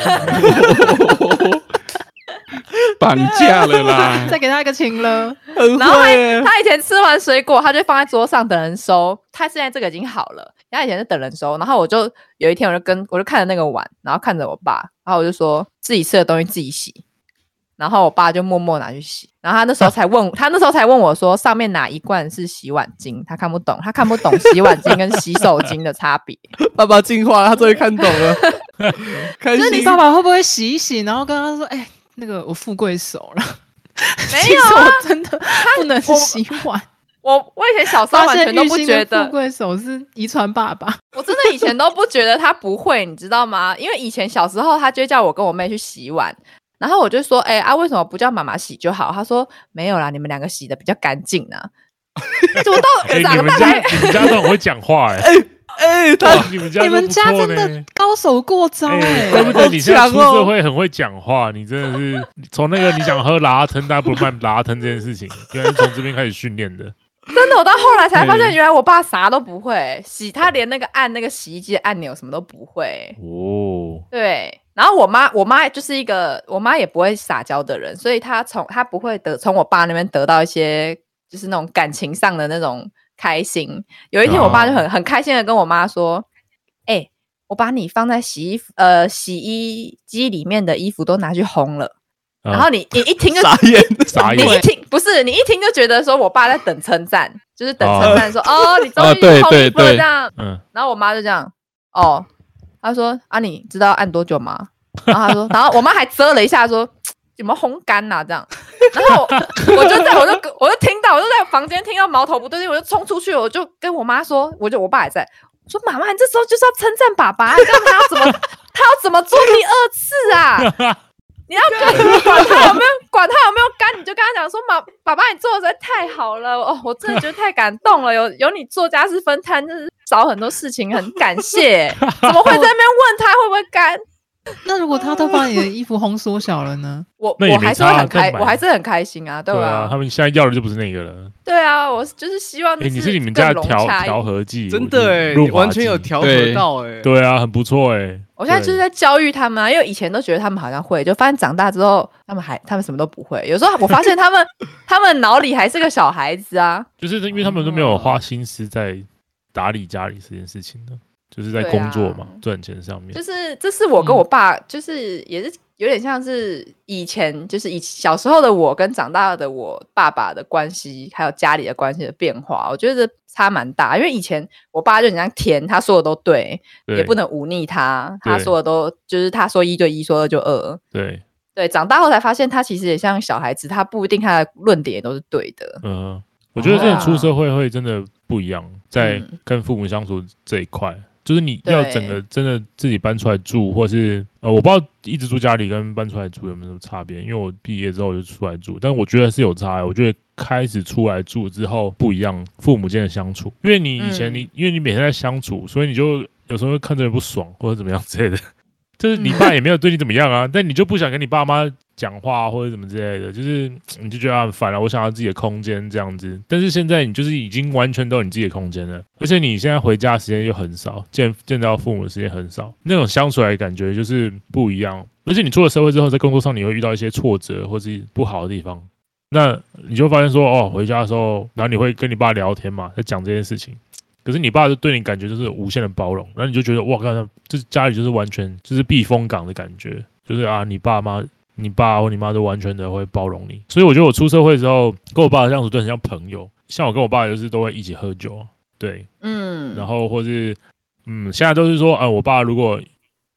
绑架了 啦！
再给他一个情了，
很
然后
会欸、
他以前吃完水果，他就放在桌上等人收。他现在这个已经好了，他以前是等人收。然后我就有一天，我就跟我就看着那个碗，然后看着我爸，然后我就说自己吃的东西自己洗。然后我爸就默默拿去洗。然后他那时候 才问，他那时候才问我说上面哪一罐是洗碗巾，他看不懂，他看不懂洗碗巾跟洗手巾的差别。
爸爸进化了，他终于看懂了，开
就是你
心。
爸爸会不会洗一洗，然后跟他说，哎、那个我富贵手了。
没
其
有啊
实我真的不能
我
洗 碗，
我我以前小时候
发
完
现
全都
玉
不
兴
觉
的
得
富贵手是遗传爸爸，
我真的以前都不觉得他不会，你知道吗？因为以前小时候，他就会叫我跟我妹去洗碗，然后我就说：“哎、啊，为什么不叫妈妈洗就好？”他说：“没有啦，你们两个洗的比较干净呢。” 我 到
哎、你
长
们
大
家
才，
你们家都很会讲话哎、
哎、他
哇你们家
你们家
都不错
真
呢
的高手过招
哎、
哎、
怪不得你现在
好
出
强哦
社会很会讲话，你真的是从那个你想喝拉腾，大家不卖拉腾这件事情，原来是从这边开始训练的。
真的，我到后来才发
嗯
现，原来我爸啥都不会，洗他连那个按那个洗衣机的按钮什么都不会。
哦，
对，然后我妈，我妈就是一个，我妈也不会撒娇的人，所以她从她不会得从我爸那边得到一些就是那种感情上的那种开心。有一天，我爸就很、很开心的跟我妈说：“哎、我把你放在洗衣服呃洗衣机里面的衣服都拿去烘了。”
啊
然后你你一听就
傻眼，
傻
你一
眼，
听不是你一听就觉得说我爸在等称赞，就是等称
哦
赞说：“哦，你终
啊
于
对
烘
对
衣服了
对
这样。”
嗯，
然后我妈就这样，哦，她说啊，你知道按多久吗？然后她说，然后我妈还遮了一下说。有没有烘干呐、这样，然后我我就在我就我就听到，我就在房间听到矛头不对劲，我就冲出去，我就跟我妈说，我就我爸也在，我说妈妈，你这时候就是要称赞爸爸，你知道他要怎么他要怎么做第二次啊？ 你要跟你管他有没有管他有没有干，你就跟他讲说妈，爸爸你做的实在太好了哦，我 真的觉得太感动了，有有你做家事分摊，真的是少很多事情，很感谢。怎么会在那边问他会不会干？
那如果他都把你的衣服烘缩小了呢？
我
那也
我
没
还是
差
会
啊
很
再
开，
买
我还是很开心啊，对
对
吧
他？们现在要的就不是那个了。
对啊，我是就是希望就
哎、你是你们
更
家的
融
调
洽一
调
点
和剂，
真
我
的
是
哎、
润
你
滑
完全有
剂
调和
对
到哎、
对啊，很不错哎、
我现在就是
对
在教育他们啊，因为以前都觉得他们好像会，就发现长大之后他们还他们什么都不会。有时候我发现他们 他们脑里还是个小孩子啊，
就是因为他们都没
哦
有花心思在打理家里这件事情的，就是在
对
工作
啊
嘛，赚、钱上面嗯
就。是这是我跟我爸，就是也是有点像是以前就是以小时候的我跟长大的我爸爸的关系，还有家里的关系的变化，我觉得差蛮大。因为以前我爸就很像甜，他说的都对，也
对
不能忤逆他，他
对
说的都就是他说一对一，说二就二。
对，
对，长大后才发现他其实也像小孩子，他不一定他的论点也都是对的。
嗯、我觉得真的出
啊
社会会真的不一样，在
嗯
跟父母相处这一块，就是你要整
对
个真的自己搬出来住，或是呃，我不知道一直住家里跟搬出来住有没有什么差别，因为我毕业之后我就出来住，但我觉得是有差、我觉得开始出来住之后不一样，父母间的相处，因为你以前
嗯
你、因为你每天在相处，所以你就有时候会看着人不爽或者怎么样之类的。 就是你
嗯
爸也没有对你怎么样啊，但你就不想跟你爸妈讲话或者怎么之类的，就是你就觉得很烦了、我想要自己的空间这样子。但是现在你就是已经完全都有你自己的空间了，而且你现在回家的时间又很少，见见到父母的时间很少，那种相处来的感觉就是不一样。而且你出了社会之后，在工作上你会遇到一些挫折或是不好的地方，那你就发现说，哦，回家的时候，然后你会跟你爸聊天嘛，在讲这件事情。可是你爸就对你感觉就是无限的包容，然后你就觉得哇，看这家里就是完全就是避风港的感觉，就是啊，你爸妈、你爸或你妈都完全的会包容你。所以我觉得我出社会之后，跟我爸的相处都很像朋友，像我跟我爸就是都会一起喝酒啊，对，
嗯，
然后或是嗯，现在都是说，啊，我爸如果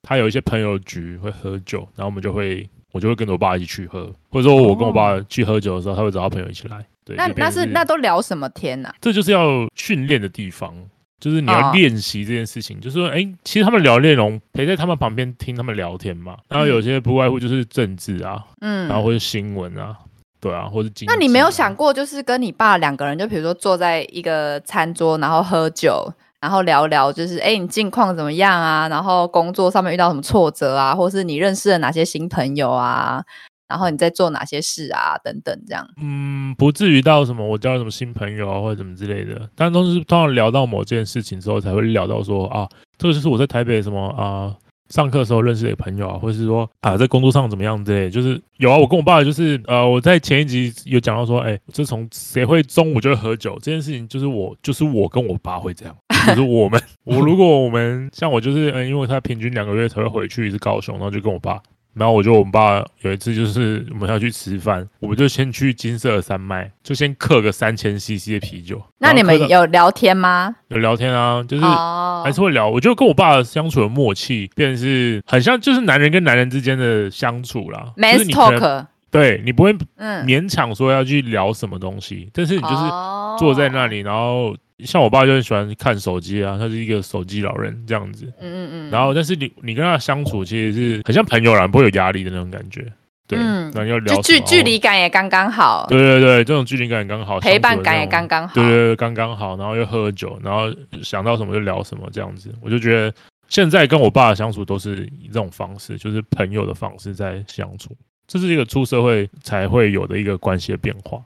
他有一些朋友局会喝酒，然后我们就会我就会跟着我爸一起去喝，或者说我跟我爸去喝酒的时候，他会找他朋友一起来。对，
哦那
就变
那
成
是那都聊什么天啊呐、
这就是要训练的地方，就是你
哦
要练习这件事情。就是说，哎，其实他们聊内容，陪在他们旁边听他们聊天嘛，然后有些不外乎就是政治啊，
嗯，
然后或者新闻啊，对啊，或者经济啊、
那你没有想过，就是跟你爸两个人，就比如说坐在一个餐桌，然后喝酒，然后聊聊，就是哎、诶你近况怎么样啊？然后工作上面遇到什么挫折啊，或是你认识了哪些新朋友啊？然后你在做哪些事啊？等等，这样。
嗯，不至于到什么我交了什么新朋友啊，或者怎么之类的。但都是通常聊到某件事情之后，才会聊到说啊，这个就是我在台北什么啊、上课的时候认识的朋友啊，或者是说啊在工作上怎么样之类的。就是有啊，我跟我爸就是呃，我在前一集有讲到说，哎、自从谁会中午就会喝酒这件事情，就是我就是我跟我爸会这 样，就是我们我如果我们像我就是嗯、因为他平均两个月才会回去一次高雄，然后就跟我爸然后我就我们爸有一次就是我们要去吃饭，我们就先去金色山脉，就先刻个三千 CC 的啤酒。
那你们
然后刻到
有聊天吗？
有聊天啊？就是
哦
还是会聊。我觉得跟我爸相处的默契，变成是很像就是男人跟男人之间的相处啦。
m a
就
s
是你可能
talk，
对你不会
嗯，
勉强说要去聊什么东西，但是你就是
是
坐在那，里，
嗯
然后像我爸就很喜欢看手机啊，他是一个手机老人这样子。
嗯嗯嗯，
然后，但是你你跟他相处其实是很像朋友啦，不会有压力的那种感觉。对，
嗯
然后要聊
就距
什么
距离，感也刚刚好，
对对对，这种距离感刚好，
陪伴
相处的
感
那
也
种
刚刚好。
对对对，刚刚好，然后又喝酒，然后想到什么就聊什么这样子。我就觉得现在跟我爸的相处都是以这种方式，就是朋友的方式在相处，这是一个出社会才会有的一个关系的变化。嗯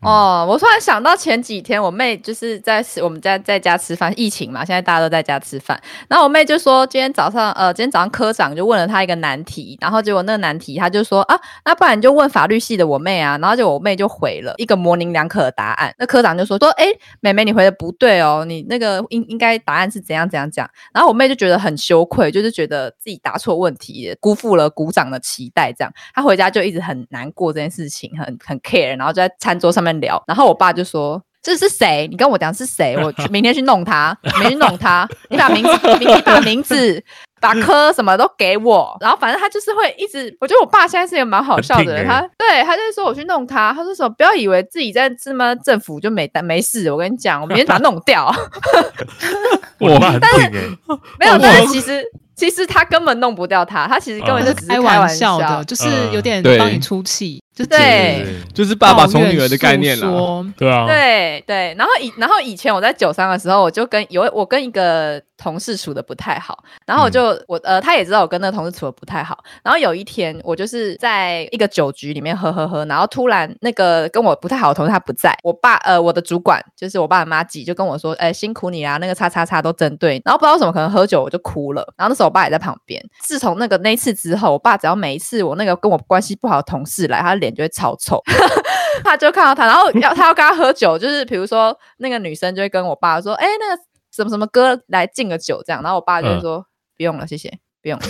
哦，我突然想到前几天我妹就是在吃我们家在家吃饭，疫情嘛，现在大家都在家吃饭。然后我妹就说，今天早上呃，今天早上科长就问了她一个难题，然后结果那个难题她就说啊，那不然你就问法律系的我妹啊。然后结果我妹就回了一个模棱两可的答案。那科长就说说，哎、妹妹你回的不对哦，你那个应应该答案是怎样怎样怎样。然后我妹就觉得很羞愧，就是觉得自己答错问题，辜负了鼓掌的期待，这样。她回家就一直很难过这件事情，很很 care，然后就在餐桌上面聊。然后我爸就说。这是谁？你跟我讲是谁？我去明天去弄他，明天去弄他。你把名字，你你把名字，把科什么都给我。然后反正他就是会一直，我觉得我爸现在是一个蛮好
很
笑的
挺
人，
欸
他对他就是说我去弄他，他说什么不要以为自己在这么政府就没没事，我跟你讲，我明天把他弄掉。
我爸很挺哎、
没有，但是其实其实他根本弄不掉他，他其实根本就
哦
只是
开
玩
笑的，
笑。
就是有点
对
帮你出气，就
欸
对
就是嗯爸爸宠女儿的概念啦。
了。
对啊，
对对，然后以然后以前我在九三的时候，我就跟有我跟一个同事处的不太好，然后我就、我呃，他也知道我跟那个同事处的不太好，然后有一天我就是在一个酒局里面喝喝喝，然后突然那个跟我不太好的同事他不在，我爸呃我的主管就是我爸的妈姐就跟我说，哎辛苦你啦，那个叉叉叉都针对你，然后不知道为什么可能喝酒我就哭了，然后那时候我爸也在旁边，自从那个那一次之后，我爸只要每一次我那个跟我关系不好的同事来，他的脸就会超臭， 他就看到他，然后要他要跟他喝酒，就是比如说那个女生就会跟我爸说：“哎、那个什么什么哥来敬个酒这样。”然后我爸就会
嗯
说：“不用了，谢谢，不用了。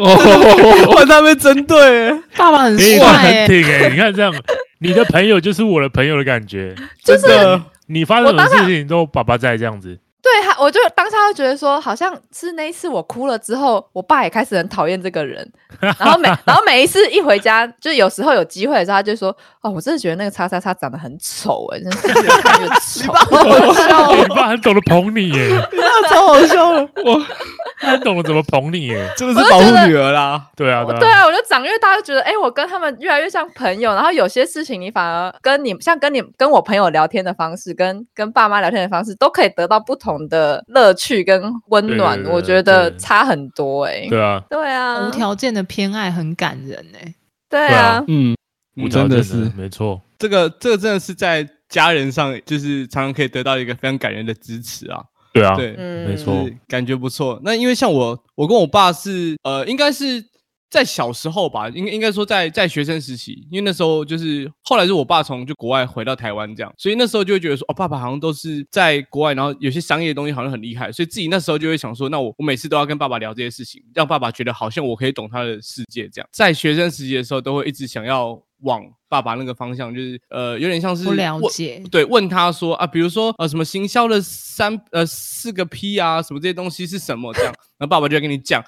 哦，他被针对欸，
爸爸很
你
帅
也算
哎、
很挺哎、你看这样，你的朋友就是我的朋友的感觉，
真的。
你发生什么事情都爸爸在这样子，
对他，我就当下就觉得说，好像是那一次我哭了之后，我爸也开始很讨厌这个 人。然后每然后每一次一回家，就有时候有机会的时候，他就说：“哦，我真的觉得那个叉叉叉长得很丑、哎，真的是越看越丑。
你爸很懂得捧你耶、
那超好笑了， 我
他很懂得怎么捧你耶、
真的是保护女儿啦。
对啊，
对
对啊，
啊，我就长越大就觉得，哎、我跟他们越来越像朋友。然后有些事情，你反而跟你像跟你跟我朋友聊天的方式，跟跟爸妈聊天的方式，都可以得到不同的乐趣跟温
对对
暖。
对
我
对
觉得
对
差很多、哎，
对啊，
对啊
无，条件的偏爱很感人哎、
对
对
啊
啊，
嗯，
无
我
条
真
件
的是
没错，
这个这个真的是在家人上，就是常常可以得到一个非常感人的支持啊。
对啊，
对，
嗯，
没错
是感觉不错。那因为像我，我跟我爸是呃，应该是在小时候吧，应该应该说在在学生时期，因为那时候就是后来是我爸从就国外回到台湾这样，所以那时候就会觉得说，哦，爸爸好像都是在国外，然后有些商业的东西好像很厉害，所以自己那时候就会想说，那我我每次都要跟爸爸聊这些事情，让爸爸觉得好像我可以懂他的世界这样。在学生时期的时候，都会一直想要。往爸爸那个方向，就是呃，有点像是
不了
我
解
对，问他说啊，比如说呃什么行销的三呃四个 P 啊，什么这些东西是什么这样，然后爸爸就会跟你讲。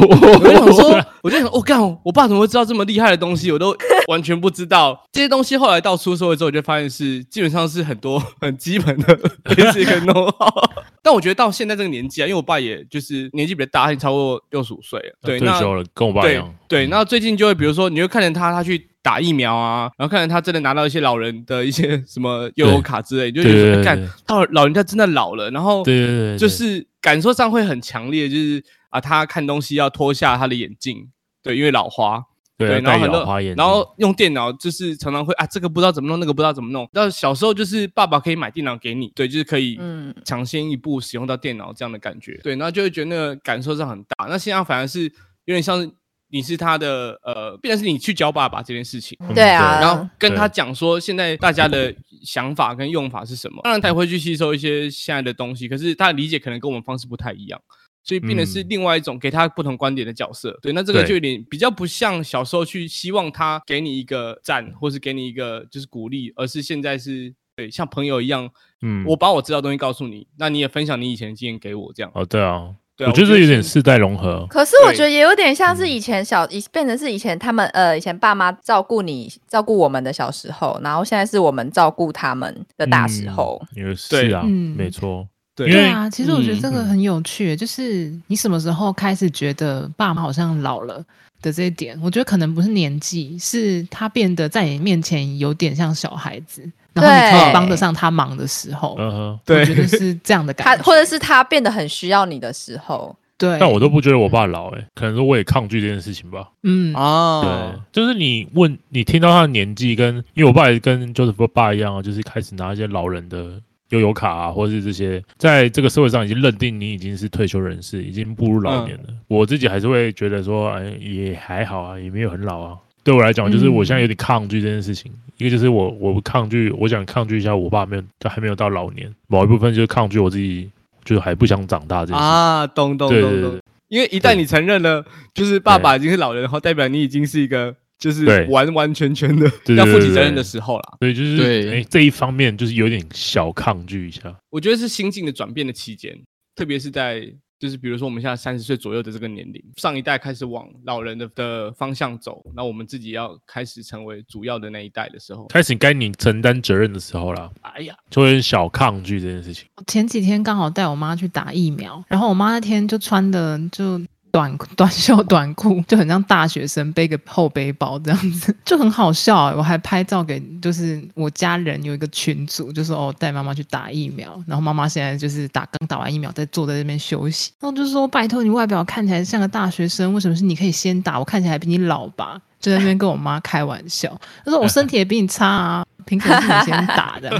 我就想说，我就想，我、干，我爸怎么会知道这么厉害的东西？我都完全不知道这些东西。后来到出社会之后，我就发现是基本上是很多很基本的 basic know how。但我觉得到现在这个年纪啊，因为我爸也就是年纪比较大，他已经超过六十五岁了。对，
退
那
休了，跟我爸一
对
样，
对，
嗯
那最近就会比如说，你会看见他他去打疫苗啊，然后看见他真的拿到一些老人的一些什么 悠游卡之类，你就
对
觉得
对
说哎
对
干到老人家真的老了，然后
对对对对
就是感受上会很强烈，就是啊，他看东西要脱下他的眼镜，对，因为老花，
对啊，
然
戴
后很
老
多
花眼，镜，
然后用电脑就是常常会啊，这个不知道怎么弄，那个不知道怎么弄。到小时候就是爸爸可以买电脑给你，对，就是可以
嗯
抢先一步使用到电脑这样的感觉，对，然后就会觉得那个感受上很大。那现在反而是有点像是你是他的呃，变成是你去教爸爸这件事情。
嗯
对啊
然后跟他
对
讲说，现在大家的想法跟用法是什么？当然他也会去吸收一些现在的东西，可是他的理解可能跟我们方式不太一样，所以变得是
嗯
另外一种给他不同观点的角色。对，那这个
对
就有点比较不像小时候去希望他给你一个赞，或是给你一个就是鼓励，而是现在是对像朋友一样，
嗯，
我把我知道的东西告诉你，那你也分享你以前的经验给我，这样。
哦对啊，
对啊
我觉得这有点
是
世代融合，
可是我
对
觉得也有点像
嗯
是以前小，以变成是以前他们呃，以前爸妈照顾你、照顾我们的小时候，然后现在是我们照顾他们的大时
嗯
候。，
也是
对
啊，
嗯
没错，
对
因为
对啊，其实我觉得
嗯
这个很有趣，就是你什么时候开始觉得爸妈好像老了的这一点，我觉得可能不是年纪，是他变得在你面前有点像小孩子，然后你可以
对
帮得上他忙的时候，
嗯哼，
我觉
对，
得是这样的
他
感觉。
或者是他变得很需要你的时候，
对，
但我都不觉得我爸老哎、可能是我也抗拒这件事情吧。
嗯，
啊
哦
对，，就是你问你听到他的年纪跟，因为我爸也跟 Joseph 爸一样啊，就是开始拿一些老人的悠游卡啊，或者是这些，在这个社会上已经认定你已经是退休人士，已经步入老年了。我自己还是会觉得说，哎，也还好啊，也没有很老啊。对我来讲，就是我现在有点抗拒这件事情。一个就是我我抗拒，我想抗拒一下我爸没有就还没有到老年，某一部分就是抗拒我自己，就是还不想长大这件 事情。
啊，懂懂
对对
懂
对
懂。因为一旦
对
你承认了，就是爸爸已经是老人的话，代表你已经是一个就是
对
完完全全的
对对
要负起
对
责任的
对
时候啦。
所以就是
对
哎、这一方面就是有点小抗拒一下。
我觉得是心境的转变的期间，特别是在就是比如说我们现在三十岁左右的这个年龄，上一代开始往老人的的方向走，那我们自己要开始成为主要的那一代的时候，
开始该你承担责任的时候啦，
哎呀，
就会有点小抗拒这件事情。
前几天刚好带我妈去打疫苗，然后我妈那天就穿的就。短 短袖短裤，就很像大学生背个后背包这样子，就很好笑欸、我还拍照给就是我家人有一个群组，就说哦带妈妈去打疫苗，然后妈妈现在就是打刚打完疫苗，在坐在那边休息。然后就说拜托你外表看起来像个大学生，为什么是你可以先打？我看起来比你老吧？就在那边跟我妈开玩笑，她说我身体也比你差啊，凭什么是你先打的？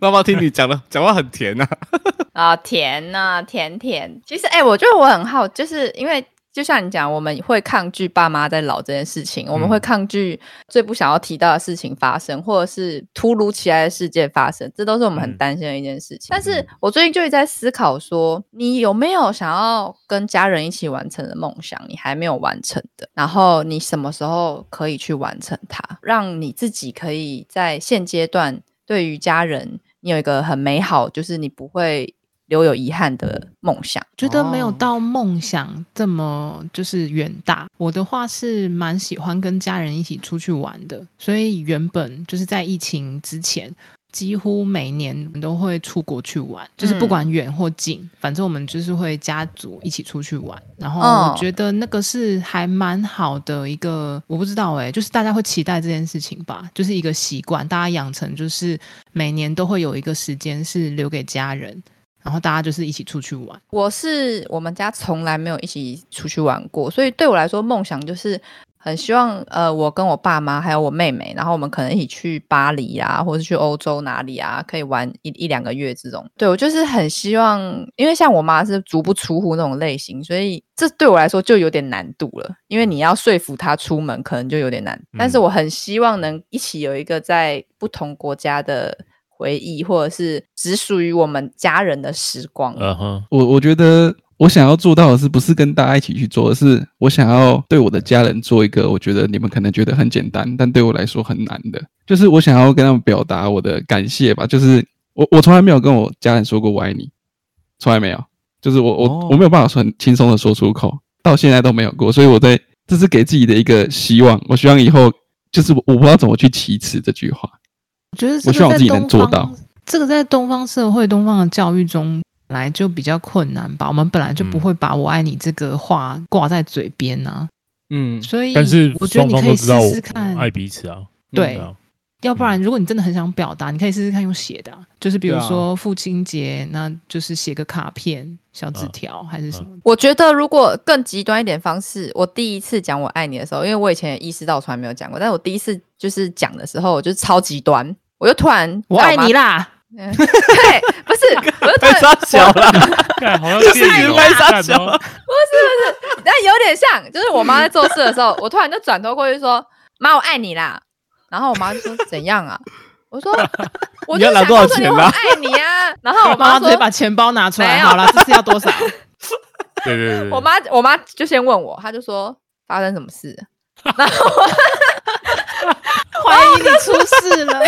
妈妈听你讲的讲话很甜呐、
啊，甜呐、甜甜。其实，哎、我觉得我很好，就是因为就像你讲，我们会抗拒爸妈在老这件事情，我们
嗯
会抗拒最不想要提到的事情发生，或者是突如其来的事件发生，这都是我们很
嗯
担心的一件事情。但是
嗯
我最近就一直在思考说，你有没有想要跟家人一起完成的梦想，你还没有完成的，然后你什么时候可以去完成它，让你自己可以在现阶段对于家人，你有一个很美好，就是你不会留有遗憾的梦想。
觉得没有
哦
到梦想这么就是远大。我的话是蛮喜欢跟家人一起出去玩的，所以原本就是在疫情之前，几乎每年都会出国去玩，就是不
嗯
管远或近，反正我们就是会家族一起出去玩。然后
哦
我觉得那个是还蛮好的一个，我不知道哎、就是大家会期待这件事情吧，就是一个习惯，大家养成就是每年都会有一个时间是留给家人。然后大家就是一起出去玩，
我是我们家从来没有一起出去玩过，所以对我来说，梦想就是很希望呃，我跟我爸妈还有我妹妹，然后我们可能一起去巴黎啊，或者去欧洲哪里啊，可以玩一一两个月这种。对我就是很希望，因为像我妈是足不出户那种类型，所以这对我来说就有点难度了，因为你要说服她出门，可能就有点难。但是
嗯
我很希望能一起有一个在不同国家的。回忆，或者是只属于我们家人的时光。
嗯哼，
我我觉得我想要做到的是，不是跟大家一起去做，而是我想要对我的家人做一个，我觉得你们可能觉得很简单，但对我来说很难的，就是我想要跟他们表达我的感谢吧。就是我我从来没有跟我家人说过我爱你，从来没有，就是我我、
哦
我没有办法说很轻松的说出口，到现在都没有过，所以我在这是给自己的一个希望，我希望以后就是我我不知道怎么去启齿这句话。
我觉得这个
我希望我
在
自己能
东
做
方
到。
这个在东方社会、东方的教育中本来就比较困难吧，我们本来就不
嗯
会把我爱你这个话挂在嘴边啊，
嗯，
所以
但是
我觉得
双
你
方
可
都
以
知道
试
我
试看，
爱彼此啊，
对
啊，
要不然如果你真的很想表达，你可以试试看用写的啊、就是比如
对啊
说父亲节，那就是写个卡片、小纸条
嗯
还是什么的。
我觉得如果更极端一点方式，我第一次讲我爱你的时候，因为我以前也意识到我从来没有讲过，但是我第一次就是讲的时候，我就是超极端，我就突然
我爱你
了，
啦！
嗯 对，不是，我就突然
太小了，
干好像
就是
电影
因
哦
为他
干
小
哦
但有点像，就是我妈在做事的时候，我突然就转头过去说：“妈，我爱你啦。”然后我妈就说：“怎样啊？”我说：“我
你要
就
拿
想
多少
告诉你
钱
我很
啦
爱你啊。”然后我妈
妈 妈直接
说：“
把钱包拿出
没
来，
有
好了，这是要多少？
对对对 对，
我妈我妈就先问我，她就说发生什么事？”然后
欢迎你出事了。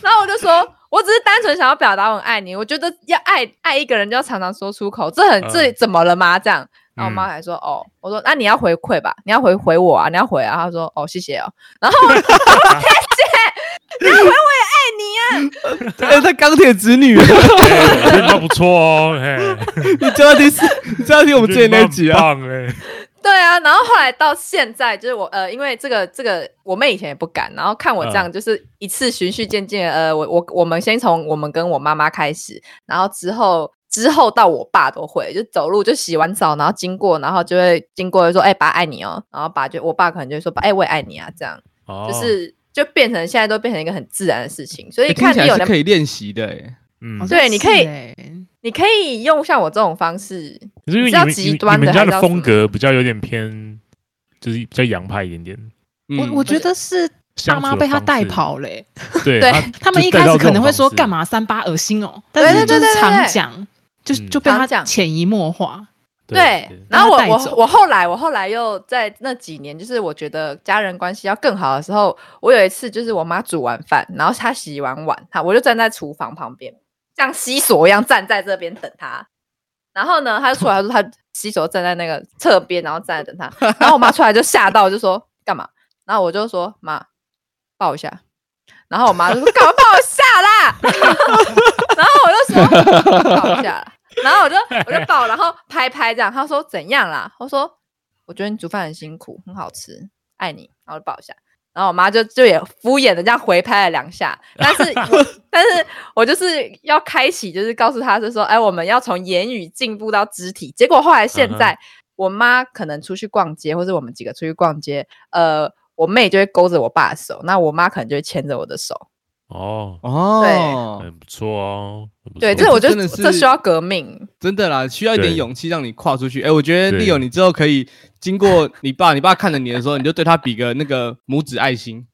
然后我就说，我只是单纯想要表达我很爱你。我觉得要爱爱一个人，就要常常说出口，这很这
嗯
怎么了吗？这样，然后我
嗯
妈还说，哦，我说那你要回馈吧，你要回回我啊，你要回啊。她说，哦，谢谢哦。然后我谢谢，你要回我也爱你啊。
哎，他钢铁直女，
哎我觉得你妈不错哦，嘿，
你知道第四，你知道听我们之前那一集啊？
我觉得你妈很棒哎，
对啊，然后后来到现在，就是我呃，因为这个这个，我妹以前也不敢，然后看我这
嗯
样，就是一次循序渐进，呃，我我我们先从我们跟我妈妈开始，然后之后之后到我爸都会，就走路就洗完澡，然后经过，然后就会经过就说，哎、爸爱你哦，然后爸就我爸可能就会说，爸哎、我也爱你啊，这样
哦
就是就变成现在都变成一个很自然的事情，所以
哎听
看
起
你
来
有
是
能
可以练习的，哎，
嗯
好像，
对你可以
是欸
你可以用像我这种方式，
可是因为
比
你
较
们
极
你们
端的
你们家
还是
的
要
风
什
格比较有点偏，就是比较洋派一点点。
我我觉得是大
相
妈
处的
被他
方
带
式，
跑嘞、
对
对
他们一开始可能会说干？嘛三八恶心哦，但
对
是就
对对
是
对
常
对
讲，就
嗯
就被
常
他
讲
潜移默化。
就带到这种方式对，
然后我
把他带
我
走
我后来我后来又在那几年，就是我觉得家人关系要更好的时候，我有一次就是我妈煮完饭，然后她洗完碗，她我就站在厨房旁边，像西索一样站在这边等她。然后呢，她就出来，她说她西索站在那个侧边，然后站在等 她。然后我妈出来就吓到，就说干嘛？然后我就说妈，抱一下。然后 我妈就说干嘛抱我下啦？然后我就说抱一下啦。然后我就我就抱，然后拍拍这样。他说怎样啦？我说我觉得你煮饭很辛苦，很好吃，爱你。然后就抱一下。然后我妈就就也敷衍的这样回拍了两 下，但是我但是我就是要开启，就是告诉她是说，哎，我们要从言语进步到肢体。结果后来现
嗯哼
在、我妈可能出去逛街，或者我们几个出去逛街，呃，我妹就会勾着我爸的手，那我妈可能就会牵着我的手。
哦，
哦，
很不错哦，很不
对，
错
这我觉
真
得
的
这
是
需要革命。
真的啦，需要一点
对
勇气让你跨出去。哎、我觉得
对
丽友，你之后可以经过你爸，你爸看着你的时候，你就对他比个那个拇指爱心，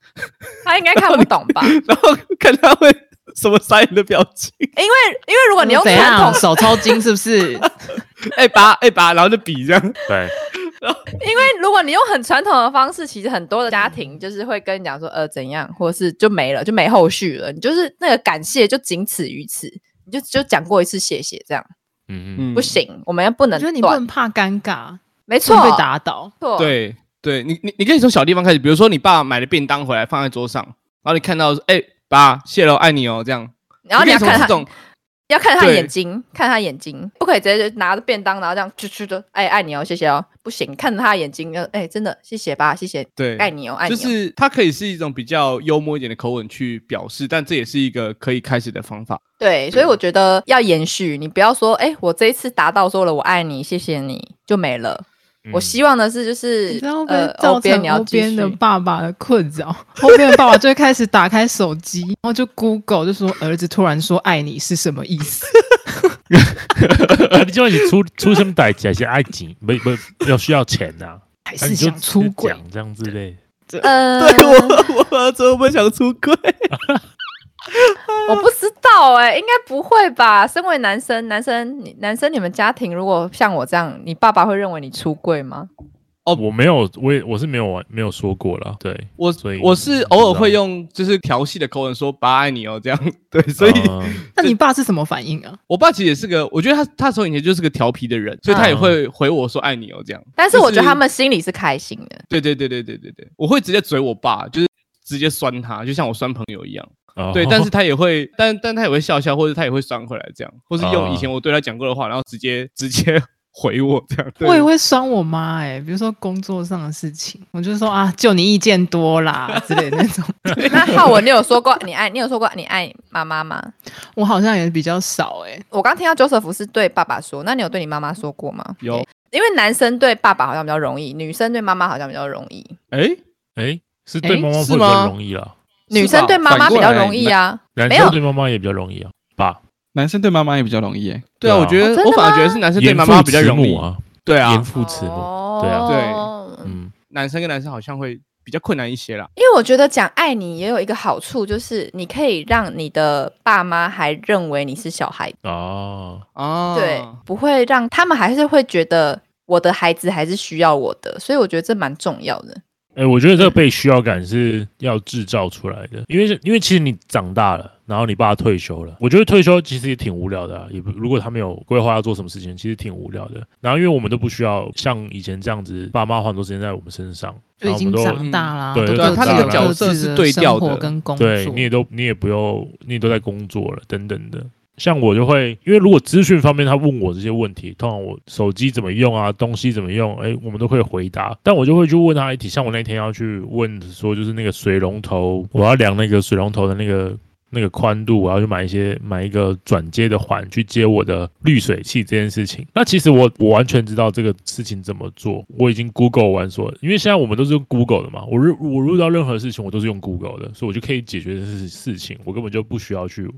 她应该看不 懂吧？
然后看他会什么傻眼的表情。
因为因为如果你用
怎
传
样
统，
手抽筋是不 是？
哎、爸，哎、爸，然后就比这样。
对，
因为如果你用很传统的方式，其实很多的家庭就是会跟你讲说，呃，怎样，或者是就没了，就没后续了。你就是那个感谢就仅此于此，你就就讲过一次谢谢，这样
嗯嗯，
嗯，
不，行，我们要不
我
能
觉得你不
断，
能怕尴尬，
没
错
错，
被打倒。
错，
对对，你你你可以从小地方开始，比如说你爸买了便当回来放在桌上，然后你看到说，哎、爸，谢喽，爱你哦，这样。
然后
可
你要
以从
看
这
他，
种
要看他
对
眼睛，看他眼睛，不可以直接就拿着便当，然后这样去去的，哎，爱你哦，谢谢哦，不行，看着他的眼睛，呃哎，真的谢谢吧，谢谢，
对，
爱你哦，爱你、
就
哦，
是它可以是一种比较幽默一点的口吻去表示，但这也是一个可以开始的方法。
对，所以我觉得要延续，你不要说，哎，我这一次达到说了我爱你，谢谢你就没了。嗯
嗯
我希望的是，就
你
是
知道会不
呃
会，
欧
造
边
成
你要
欧
继
边
续
的爸爸的困扰？ 欧边的爸爸就会开始打开手机，然后就 Google 就说儿子突然说爱你是什么意 思？
望啊你就你出出生代价些爱情，不不要需要钱呐，
还
啊
是
你就
想出
就
轨？
讲这样之类，
呃，
我，我儿子会不会想出轨？
我不知道哎、应该不会吧？身为男生，男生，你男生，你们家庭如果像我这样，你爸爸会认为你出柜吗？
哦
我没有，我也我是没有玩没有说过了，对，
我
所以
我是偶尔会用就是调戏的口吻说“爸爱你哦”这样， 对，所以、
呃
那你爸是什么反应啊？
我爸其实也是个，我觉得他他从以前就是个调皮的
嗯
人，所以他也会回我说“爱你哦”这样。
但是
就
我觉得他们心里是开心的。
对对对对对对对，我会直接嘴我爸，就是直接酸他，就像我酸朋友一样。
哦
对， 但是他也会，但但他也会笑笑，或者他也会酸回来这样，或是
啊
用以前我对他讲过的话，然后直接直接回我这样。对
我也会酸我妈哎、比如说工作上的事情，我就说啊，就你意见多啦之类的那种。
那浩文，你有说过你爱你有说过你爱妈妈吗？
我好像也比较少哎、
我刚听到 Joseph 是对爸爸说，那你有对你妈妈说过吗？
有
对，因为男生对爸爸好像比较容易，女生对妈妈好像比较容易，
哎，
哎，是对
哎
妈妈
是
会比
吗
较容易啊啦，
女生对妈妈比较容易啊。
男
没有
生对妈妈也比较容易啊，爸，
男生对妈妈也比较容易耶。
对啊，
对啊
我觉
哦
得
真的
我反而觉得是男生对妈妈比较容
严
易
父慈母。啊，
对啊
严，父慈母，
哦
对啊
哦
嗯，
男生跟男生好像会比较困难一些啦。
因为我觉得讲爱你也有一个好处，就是你可以让你的爸妈还认为你是小孩，
哦，
嗯
啊，
对，不会让他们还是会觉得我的孩子还是需要我的，所以我觉得这蛮重要的。
哎、我觉得这个被需要感是要制造出来的，因为是因为其实你长大了，然后你爸退休了，我觉得退休其实也挺无聊的、啊，也不如果他没有规划要做什么事情，其实挺无聊的。然后因为我们都不需要像以前这样子，爸妈花很多时间在我们身上，
就
然
已
后我
经
们都
长大啦，
对
都
对
各
他
自
那
有
个
各
角色
自
是
的
对调
生活
的
跟工作，
对，你也都你也不用，你也都在工作了，等等的。像我就会，因为如果资讯方面他问我这些问题，通常我手机怎么用啊，东西怎么用，哎，我们都会回答。但我就会去问他一题，像我那天要去问说，就是那个水龙头，我要量那个水龙头的那个那个宽度，我要去买一些买一个转接的环去接我的滤水器这件事情。那其实我我完全知道这个事情怎么做，我已经 Google 完说，因为现在我们都是用 Google 的嘛，我入我入到任何事情我都是用 Google 的，所以我就可以解决这事事情，我根本就不需要去问。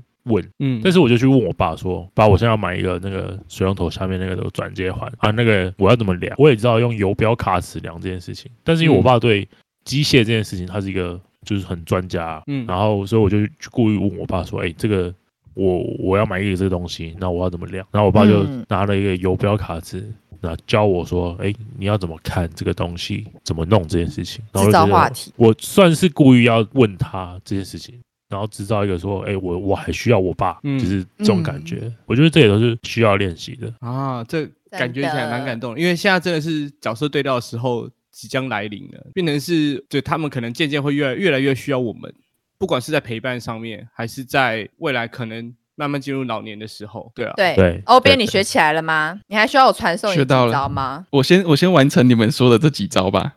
嗯
但是我就去问我爸说，爸，我现在要买一个那个水龙头下面那个转接环啊，那个我要怎么量？我也知道用游标卡尺量这件事情，但是因为我
嗯
爸对机械这件事情他是一个就是很专家，
嗯
然后所以我就去故意问我爸说，哎、这个我我要买一个这个东西，那我要怎么量？然后我爸就
嗯
拿了一个游标卡尺。那教我说，哎、你要怎么看这个东西，怎么弄这件事情，然
制
后我就
造
觉得
话题
我算是故意要问他这件事情，然后制造一个说，哎、我我还需要我爸，
嗯
就是这种感觉。我觉得这也都是需要练习的。
啊，这感觉起来蛮
的
感动的，因为现在真的是角色对调的时候即将来临了，变成是对他们可能渐渐会越来越来越需要我们，不管是在陪伴上面，还是在未来可能慢慢进入老年的时候，对啊，
对
对
欧边，你
对
学起来了吗？你还需要我传授你
学
几
到了
招吗？
我先我先完成你们说的这几招吧。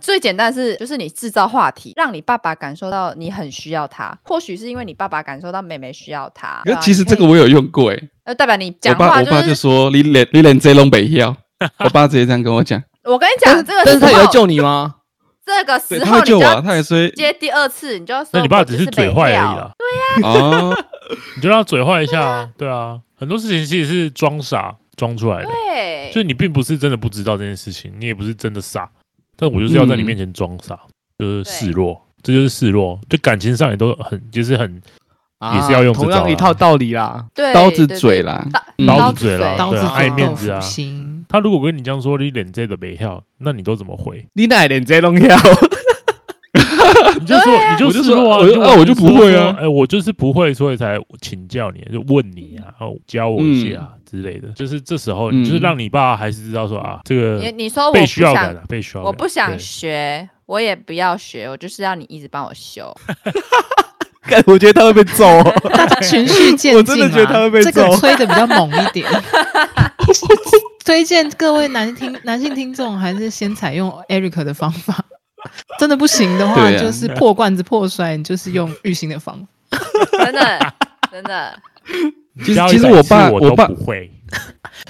最简单的是，就是你制造话题，让你爸爸感受到你很需要他。或许是因为你爸爸感受到妹妹需要他，
可
对
是
啊
其实这个，
你可以
我有用过诶、
呃，代表你
我
讲
爸
话
我爸
是，
说你连你连这拢北 要，我爸直接这样跟我讲。
我跟你讲，这个
但是他
时
有
候
救你吗？
这个
对，
时
他
候
会
你
救
就
我、
要
啊，他也说
接第二次，你就要说，
那你爸只
是
是嘴坏而已啦，
哦，
你就让他嘴坏一下啊，对啊，很多事情其实是装傻装出来的，
北漂。
就是你并不是真的不知道这件事情，你也不是真的傻，但我就是要在你
嗯
面前装傻，就是
对
示弱，这就是示弱，就感情上也都很，就是很
啊
也是要用这
同
招
样
啦
一套道理啦。
对，
刀子
对对
嘴啦，
刀
嗯
刀
子
子嘴啦
刀
对
子
啊爱
嘴
面
豆
子啊
腐 心。
他如果跟你这样说，你脸这都没跳，那你都怎么回？
你哪连这弄要？
你就说，你
我
就示
就说
弱啊，
我
你
就啊我
就
就
说
不会啊
说哎，我就是不会，所以才请教你，就问你啊，然后教我一下啊之类的。就是这时候，
嗯
你就是让你爸还是知道说啊，这
你
个
你说我
被
不
需要感
想
啊，，被需要感。
我不想
对
学，我也不要学，我就是要你一直帮我 修。
干我觉得他会被 揍哦、
大家循序渐进、啊、
我真的觉得他会被揍
这个吹的比较猛一点。 推荐各位男听男性听众，还是先采用 Eric 的方法。真的不行的话，
对啊
就是破罐子破摔，你就是用玉兴的方法。
真的，真的，
其实
教一
其实
百
我
次
爸
我
我
都
爸
不会，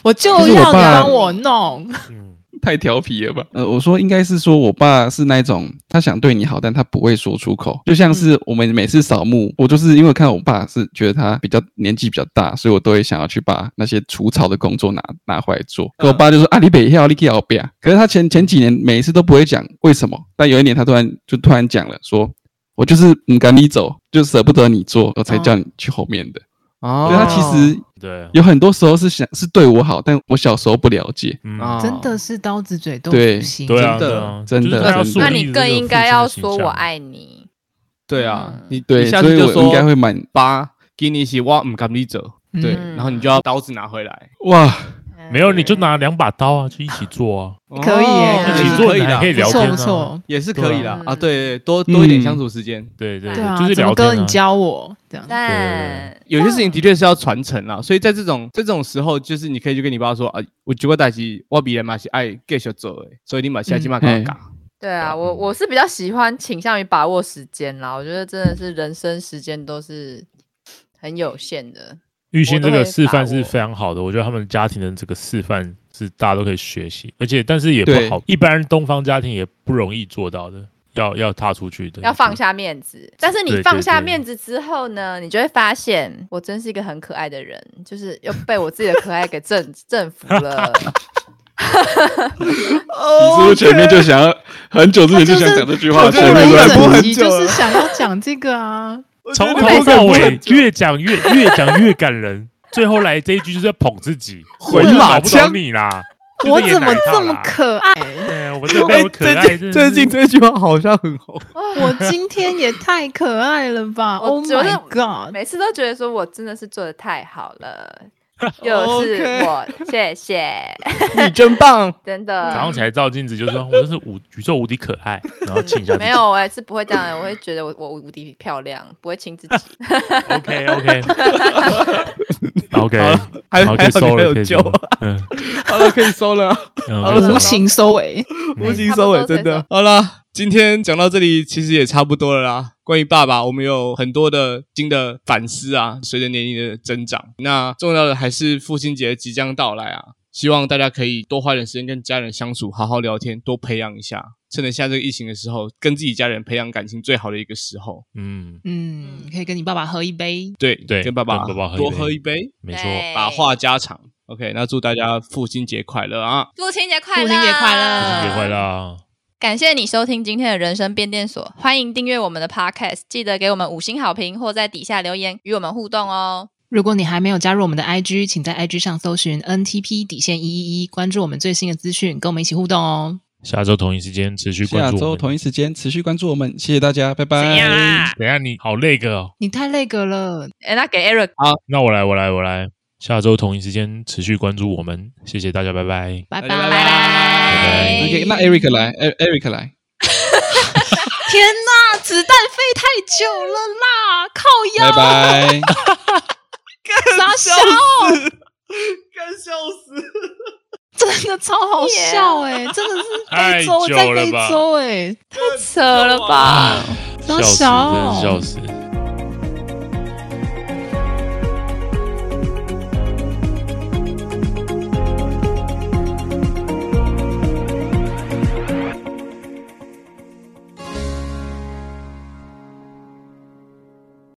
我就
可是我
要你
爸
帮我弄，
嗯，
太调皮了吧？呃，我说应该是说我爸是那种他想对你好，但他不会说出口，就像是我们每次扫墓，我就是因为看我爸是觉得他比较年纪比较大，所以我都会想要去把那些除草的工作拿拿回来做。可我爸就说啊，你北要，你去后边。可是他前前几年每一次都不会讲为什么，但有一年他突然就突然讲了，说我就是不赶你走，就舍不得你做，我才叫你去后面的。
哦
啊
所以他其实
对，
有很多时候是想是对我好，但我小时候不了解。
嗯，
啊
真的是刀子嘴豆
对
腐心。
对
真
啊，
的
对啊
真的
就是他要
真的
树立
那你
这
更
个
应
父
该
亲
要
的形
说
象
我爱你。
对啊，
嗯
你
对，
你下
所
次
以
就
我
说
应该会蛮
爸，给你洗，我唔敢你走。
嗯
对
然后你就要刀子拿回来，
哇。
没有，你就
嗯
拿两把刀啊，就一起做啊，
可以耶
哦
一
也
起
是
做
可以
你还可以
的，
不
聊
错
天
不
啊，嗯
错，
也是可以的
对啊
啊。对，对多多一点相处时间。
对对
对啊
就是
怎
聊
么
天
哥，
啊
你。教我这样。
但
有些事情的确是要传承啦，所以在这种这种时候，就是你可以去跟你爸说啊，我结果代志我比人嘛是爱继续做诶，所以你把下起码
嗯
跟我讲。
对啊，我我是比较喜欢倾向于把握时间啦。我觉得真的是人生时间都是很有限的。
玉兴这
我都
个
会
示范
把
是
握
非常好的，我觉得他们家庭的这个示范是大家都可以学习，而且但是也不
对
好，一般东方家庭也不容易做到的，要要踏出去的，
要放。下面子，但是你
对
放
对
下
对
面子之后呢，你就会发现，我真是一个很可爱的人，就是又被我自己的可爱给征征服 了。
你是不是前面就想要很久之前
哦他就是
想讲这句
我
话，
做
前
了
面
一
都在播
整
很
集，
久
就是
了？
想要讲这个啊。
从头到尾越讲越越讲越感人，最后来这一句就是要捧自己，
回
我就
马
搞不懂
枪
你啦！就是
我
也
怎么
奶大
啊
这么
啦
可爱？
对，我这边有可爱，
哎最近
真的
最
是
近这句话好像很红，
我今天也太可爱了吧
我
！Oh
觉得
my god！
每次都觉得说我真的是做的太好 了，又是
OK
我，谢谢，
你真棒。
真
早上
的。
起来照镜子就说，我就是无宇宙无敌可爱，然后亲一下自己。
没有，我也是不会这样的，我会觉得我我无敌漂亮，不会亲自己。
，OK OK OK，
好了还
好
还
可以
好
收
你还
了，可
有
以
救啊
收，了，嗯，
好了，可以收了啊。
嗯
好
可以
了
收了
无情收尾，
无
嗯
情收尾，
差不多
真的。好啦，今天讲到这里，其实也差不多了啦。关于爸爸，我们有很多的新的反思啊，随着年龄的增长，那重要的还是父亲节即将到来啊，希望大家可以多花点时间跟家人相处，好好聊天，多培养一下。趁着现在这个疫情的时候，跟自己家人培养感情最好的一个时候，
嗯，
嗯，可以跟你爸爸喝一杯。
对
对
跟爸爸
跟爸爸喝一杯
多喝一杯，
没错，
对
把话家常。OK，那祝大家父亲节快乐啊！
父亲节快乐！
父亲节快乐
新年快乐啊！
感谢你收听今天的人生变电所，欢迎订阅我们的 Podcast，记得给我们五星好评或在底下留言与我们互动哦。
如果你还没有加入我们的 IG，请在 IG 上搜寻 NTP 底线一一一，关注我们最新的资讯，跟我们一起互动哦。
下周同一时间持续
下
关注我
周
们。
同一时间持续关注我们，谢谢大家，拜拜。
等一下你好累个哦，
你太那个了，
哎，那给 Eric，
那我来，我来，我来。下周同一时间持续关注我们，谢谢大家，拜拜。
拜拜
拜拜
拜
OK，那 Eric 来，E-，Eric 来，
天哪，子弹飞太久了啦，靠腰。
拜拜。
笑，
干笑死！
真的超好笑哎、真的是
太
非洲
久
在
了
非
吧
洲哎、
扯了吧？
张
笑死，
小
真的是笑死。